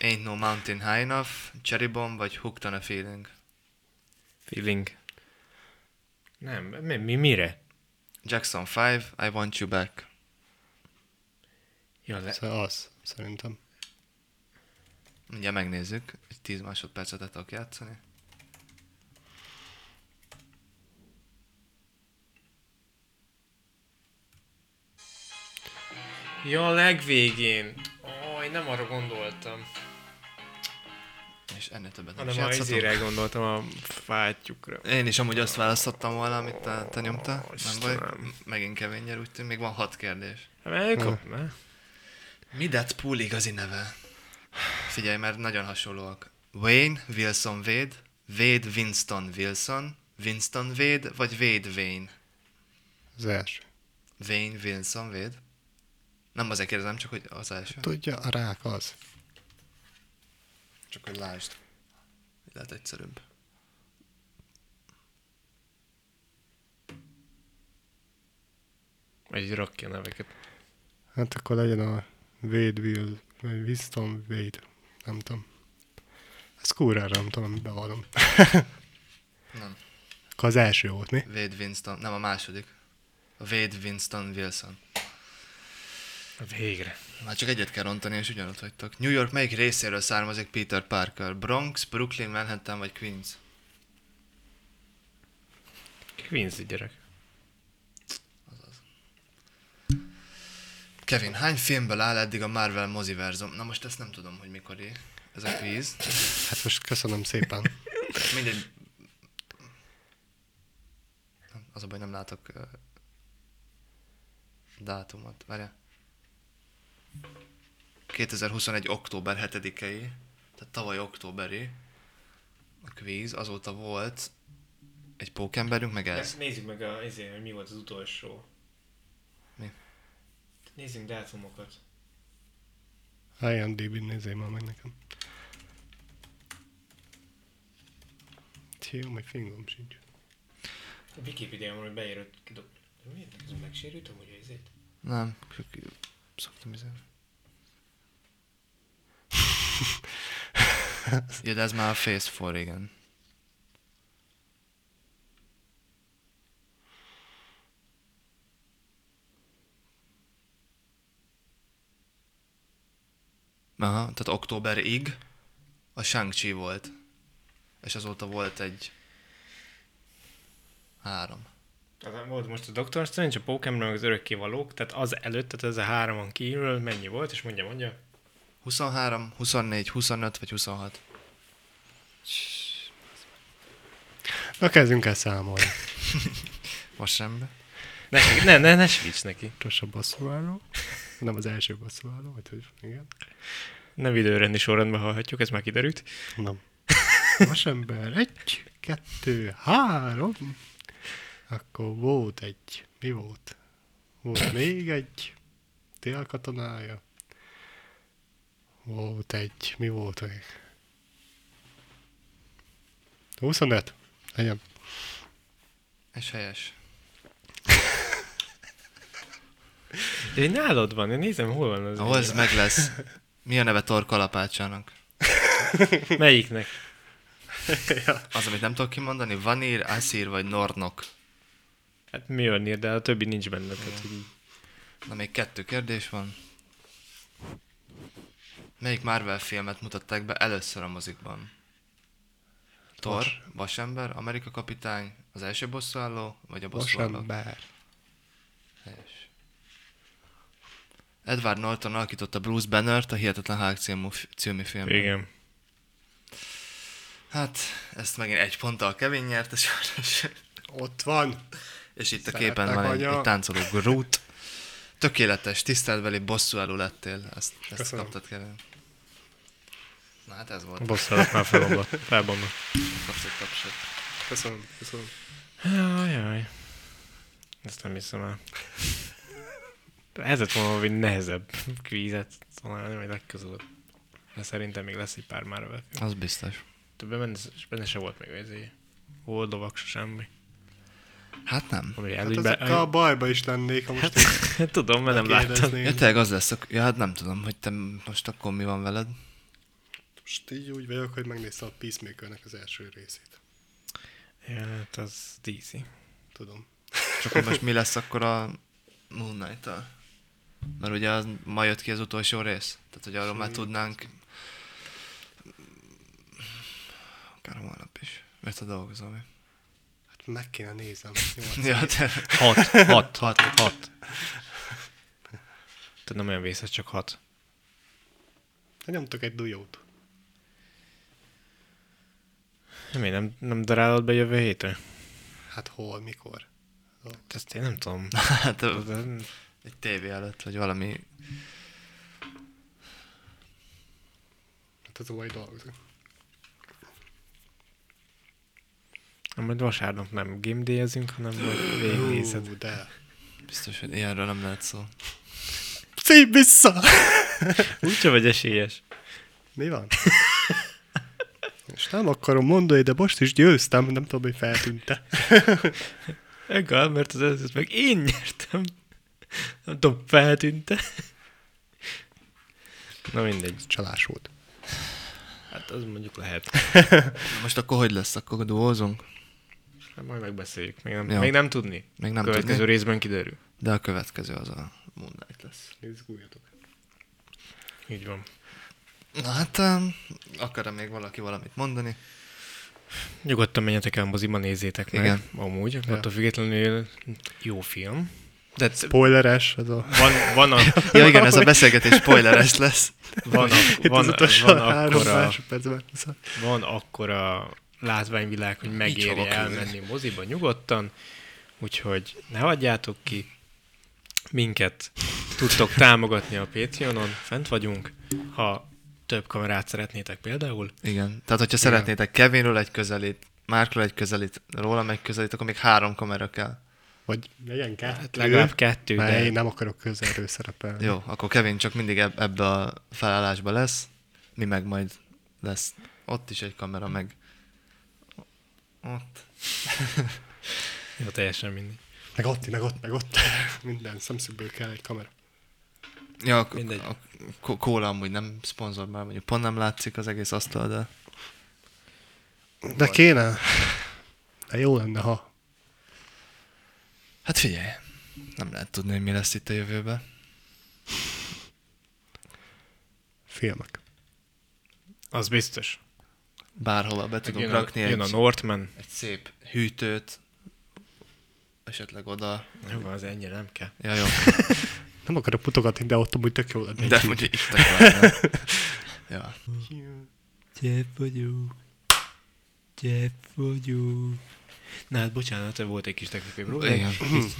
Speaker 4: Ain't No Mountain High Enough, Cherry Bomb vagy Hooked on a Feeling?
Speaker 3: Feeling. Nem, mi, mi mire?
Speaker 4: Jackson 5, I Want You Back.
Speaker 3: Ja, le...
Speaker 2: Szóval az, szerintem.
Speaker 4: Mindjárt megnézzük, egy 10 másodpercet tudok játszani.
Speaker 3: ja, a legvégén. Aj, nem arra gondoltam.
Speaker 4: És ennél többet nem is
Speaker 3: Hanem a
Speaker 4: játszhatunk.
Speaker 3: izére gondoltam a fátyukra.
Speaker 4: Én is amúgy azt választottam volna, amit te, te nyomtál. Nem baj,
Speaker 3: Istenem.
Speaker 4: M- megint kevén nyer, úgy tűnik. Még van hat kérdés.
Speaker 3: Hát, elkap, ne?
Speaker 4: Mi Deadpool igazi neve? Figyelj, mert nagyon hasonlóak. Wayne Wilson Wade, Wade Winston Wilson, Winston Wade, vagy Wade Wayne?
Speaker 2: Az első.
Speaker 4: Wayne Wilson Wade? Nem azért kérdezem, csak hogy az első.
Speaker 2: Tudja, a rák az.
Speaker 4: Csak hogy lásd. Lehet egyszerűbb.
Speaker 3: Egy rak ki a neveket.
Speaker 2: Hát akkor legyen a Wade Will, vagy Winston Wade. Nem tudom. Ezt kúrára nem tudom, bevallom.
Speaker 4: Nem.
Speaker 2: Akkor az első volt, mi?
Speaker 4: Wade Winston, nem a második. A Wade Winston Wilson.
Speaker 3: Hát Végre.
Speaker 4: Már csak egyet kell rontani, és ugyanott vagytok. New York melyik részéről származik Peter Parker? Bronx, Brooklyn, Manhattan vagy Queens?
Speaker 3: Quincy gyerek.
Speaker 4: Kevin, hány filmből áll eddig a Marvel moziverzum? Na most ezt nem tudom, hogy mikor ez a kvíz.
Speaker 2: Hát most köszönöm szépen.
Speaker 4: Mindegy. Nem, Az a baj, nem látok uh, dátumot. Várjál. 2021. október 7-ei, tehát tavaly októberi a kvíz, azóta volt egy pókemberünk, meg ez.
Speaker 3: Nézzük meg, a, ezért, hogy mi volt az utolsó.
Speaker 4: Mi?
Speaker 3: Nézzünk dátumokat.
Speaker 2: IMDb nézzél már meg nekem. Jó, még fingom sincs.
Speaker 3: A Wikipédiámon, hogy beírod, kidob... De miért ez megsérültem, hogy ezért?
Speaker 4: Nem, csak szoktam izélni. ja, de ez már a Phase 4, igen. Aha, tehát októberig a Shang-Chi volt. És azóta volt egy... Három.
Speaker 3: Tehát volt most a Doctor Strange, a Pokémon, meg az örökkévalók, tehát az előtt, tehát ez a háromon kívül mennyi volt, és mondja, mondja.
Speaker 4: 23, 24, 25 vagy 26.
Speaker 2: Na kezdjünk el számolni.
Speaker 4: Vasember.
Speaker 3: Ne, ne, ne, ne segíts neki.
Speaker 2: Tos a bosszúálló. Nem az első bosszúálló, vagy hogy igen.
Speaker 3: Nem időrendi sorrendben hallhatjuk, ez már kiderült.
Speaker 2: Nem. Vasember, egy, kettő, három. Akkor volt egy, mi volt? Volt még egy télkatonája. Volt egy, mi volt még? 25? Legyen.
Speaker 4: És helyes.
Speaker 3: De én nálad van, én nézem, hol van az.
Speaker 4: Ahol ez meg lesz. Mi a neve torkalapácsának?
Speaker 3: Melyiknek?
Speaker 4: Az, amit nem tudok kimondani, vanír, aszír vagy nornok.
Speaker 3: Hát mi jön de a többi nincs benne. Tehát, hogy... így-
Speaker 4: Na, még kettő kérdés van. Melyik Marvel filmet mutatták be először a mozikban? Thor, Vasember, Amerika kapitány, az első bosszúálló, vagy a bosszúálló?
Speaker 2: Vasember.
Speaker 4: Helyes. Edward Norton alakította Bruce Bannert a Hihetetlen Hulk című, című filmben.
Speaker 3: Igen.
Speaker 4: Hát, ezt megint egy ponttal Kevin nyerte sajnos.
Speaker 2: Ott van.
Speaker 4: És itt a
Speaker 2: Szeretlek,
Speaker 4: képen van egy,
Speaker 2: anya.
Speaker 4: egy táncoló grút. Tökéletes, tiszteltveli bosszúálló lettél. Ezt, ezt
Speaker 2: Köszönöm.
Speaker 4: kaptad Kevin. Na hát ez volt.
Speaker 3: Bosszalak már felomba. Felbomba.
Speaker 4: Kapsz egy tapsot.
Speaker 2: Köszönöm, köszönöm.
Speaker 3: Jaj, Ezt nem hiszem el. Ez lett volna hogy nehezebb kvízet találni, vagy legközelebb. De szerintem még lesz egy pár már vele.
Speaker 4: Az biztos.
Speaker 3: Többen benne, benne se volt még ezé. Oldovak, se semmi.
Speaker 4: Hát nem.
Speaker 3: Ami
Speaker 2: Hát
Speaker 3: előnyben...
Speaker 2: ezekkel a bajba is lennék, ha most
Speaker 3: Hát, tudom, mert nem láttam.
Speaker 4: Ja,
Speaker 2: kérdeznék.
Speaker 4: tényleg az lesz. A... Ja, hát nem tudom, hogy te most akkor mi van veled.
Speaker 2: Most így úgy vagyok, hogy megnézte a Peacemakernek az első részét.
Speaker 3: Ja, hát az DC.
Speaker 2: Tudom.
Speaker 4: És akkor most mi lesz akkor a Moon knight Mert ugye az, ma jött ki az utolsó rész. Tehát, hogy arról már tudnánk... Akár holnap is. Mert a dolgozom. én.
Speaker 2: Hát meg kéne hát nézem.
Speaker 4: Ja, te...
Speaker 3: Hat, hat, hat, hat. Tehát nem olyan vészes, csak hat.
Speaker 2: Hát nyomtok egy dujót.
Speaker 3: Nem, én nem, nem darálod be jövő hétre?
Speaker 2: Hát hol, mikor?
Speaker 3: Hát Ezt én nem tudom. eh,
Speaker 4: Hát,
Speaker 3: De-
Speaker 4: egy tévé előtt, vagy valami...
Speaker 2: Hát az olyan dolgozik.
Speaker 3: Na, majd vasárnap nem game day-ezünk, hanem majd végignézed.
Speaker 2: Ú, de.
Speaker 4: Biztos, hogy ilyenről nem lehet szó.
Speaker 2: Szép vissza!
Speaker 3: Úgyse vagy esélyes.
Speaker 2: Mi van? És nem akarom mondani, de most is győztem, nem tudom, hogy feltűnte.
Speaker 3: Egal, mert az előzőt meg én nyertem. Nem tudom, feltűnte. Na mindegy.
Speaker 2: Csalás volt.
Speaker 3: Hát az mondjuk lehet.
Speaker 4: Na Most akkor hogy lesz? Akkor duózunk?
Speaker 3: Hát majd megbeszéljük. Még nem,
Speaker 4: Jó.
Speaker 3: még nem tudni.
Speaker 4: Még nem
Speaker 3: Következő
Speaker 4: tudni.
Speaker 3: részben kiderül.
Speaker 4: De a következő az a Moon Knight lesz.
Speaker 2: Izguljatok.
Speaker 3: Így van.
Speaker 4: Na hát, um, akar még valaki valamit mondani?
Speaker 3: Nyugodtan menjetek el moziba, nézzétek meg.
Speaker 4: Igen.
Speaker 3: Amúgy, attól függetlenül jó film. De c-
Speaker 2: Spoileres ez a...
Speaker 3: van, van a...
Speaker 4: Ja igen, ez a beszélgetés spoileres lesz.
Speaker 3: Van, a,
Speaker 2: Itt
Speaker 3: van,
Speaker 2: az utolsó
Speaker 3: van,
Speaker 2: három
Speaker 3: akkora,
Speaker 2: másodpercben. Szóval
Speaker 3: van akkora látványvilág, hogy megéri
Speaker 4: hova kerülni.
Speaker 3: elmenni moziba nyugodtan, úgyhogy ne hagyjátok ki. Minket tudtok támogatni a Patreonon, fent vagyunk. Ha több kamerát szeretnétek például,
Speaker 4: Igen. Tehát, hogyha szeretnétek Kevinről egy közelít, Márkról egy közelít, rólam egy közelít, akkor még három kamera kell.
Speaker 2: Vagy legyen kettő.
Speaker 3: hát legalább kettő,
Speaker 2: Mert én
Speaker 3: de
Speaker 2: nem akarok közelről szerepelni.
Speaker 4: Jó, akkor Kevin csak mindig eb- ebbe a felállásba lesz, mi meg majd lesz ott is egy kamera, meg ott.
Speaker 3: jó, teljesen mindig.
Speaker 2: Meg ott, meg ott, meg ott. Minden szemszögből kell egy kamera.
Speaker 4: Ja, a,
Speaker 3: Mindegy.
Speaker 4: a, a kóla amúgy nem szponzor, már mondjuk pont nem látszik az egész asztal, de
Speaker 2: De kéne. De jó lenne, ha.
Speaker 4: hát figyelj, nem lehet tudni, hogy mi lesz itt a jövőben.
Speaker 2: Filmek.
Speaker 3: Az biztos.
Speaker 4: Bárhova be tudunk
Speaker 3: Jön a,
Speaker 4: rakni
Speaker 3: jön a
Speaker 4: egy,
Speaker 3: Northman.
Speaker 4: egy szép hűtőt, esetleg oda.
Speaker 3: Jó, van, az ennyi nem kell.
Speaker 4: Ja, jó,
Speaker 2: Nem akarok mutogatni, de ott amúgy tök jó lenne.
Speaker 4: de hogy itt akarnám. Ja.
Speaker 3: Gyep vagyok. Gyep vagyok. Na hát bocsánat, volt egy kis technikai probléma.
Speaker 4: Igen.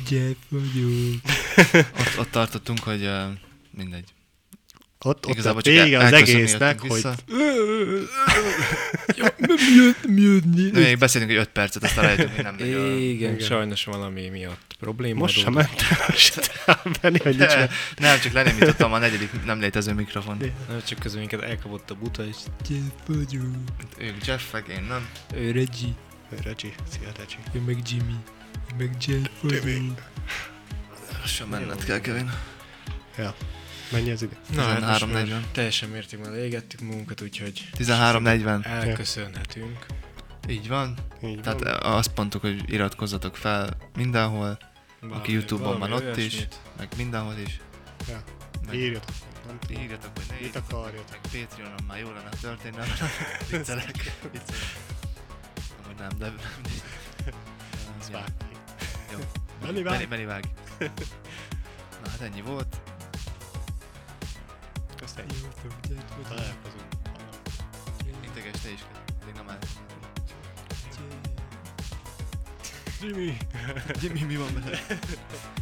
Speaker 3: Gyep vagyok.
Speaker 4: Ott, ott tartottunk, hogy uh, mindegy.
Speaker 2: Ott, ott a
Speaker 4: Igazából csak el-
Speaker 2: vége az
Speaker 4: elköszönni
Speaker 2: egésznek,
Speaker 4: jöttünk
Speaker 2: hogy
Speaker 4: vissza.
Speaker 3: Ja, nem jött, nem jött.
Speaker 4: De még beszélünk egy 5 percet, aztán rájöttünk, hogy nem nagyon.
Speaker 3: Igen, Igen, sajnos valami miatt probléma
Speaker 2: most sem
Speaker 3: adódott.
Speaker 2: ment el se támadni, hogy nincs
Speaker 4: De, nem, csak lenémítottam a negyedik nem létező mikrofon.
Speaker 3: Nem, csak közben minket elkapott a buta, és Jeff vagyok.
Speaker 4: Ők Jeffek, én nem.
Speaker 3: Ő Reggie,
Speaker 2: Reggie, szia Reggie.
Speaker 3: ő meg Jimmy, én meg Jeff vagyok.
Speaker 4: Lassan menned kell, Kevin.
Speaker 2: Ja. Mennyi az idő?
Speaker 3: Na, hát most
Speaker 4: 13.40.
Speaker 3: már teljesen mértékben égettük magunkat, úgyhogy
Speaker 4: 13.40.
Speaker 3: elköszönhetünk.
Speaker 4: Így van.
Speaker 2: Így
Speaker 4: Tehát
Speaker 2: van.
Speaker 4: eh, azt mondtuk, hogy iratkozzatok fel mindenhol,
Speaker 3: Valami-
Speaker 4: aki Youtube-on van
Speaker 3: valami
Speaker 4: ott is,
Speaker 3: olyasmit.
Speaker 4: meg mindenhol is.
Speaker 2: Ja.
Speaker 4: Meg
Speaker 2: Írjatok. Nem tudom.
Speaker 4: Írjatok, vagy ne
Speaker 2: Mit
Speaker 4: írjatok,
Speaker 2: akarjatok?
Speaker 4: meg Patreonon már jó lenne, ha történne. Viccelek, viccelek. Amúgy nem, de...
Speaker 2: Ez
Speaker 4: Ja,
Speaker 2: vág.
Speaker 4: jó.
Speaker 2: Beni vág.
Speaker 4: Beni, Beni vág. Na hát ennyi volt.
Speaker 2: Köszönjük. Találkozunk.
Speaker 4: Integes te is, még nem állt.
Speaker 2: Jimmy.
Speaker 4: Mi, mi van benne?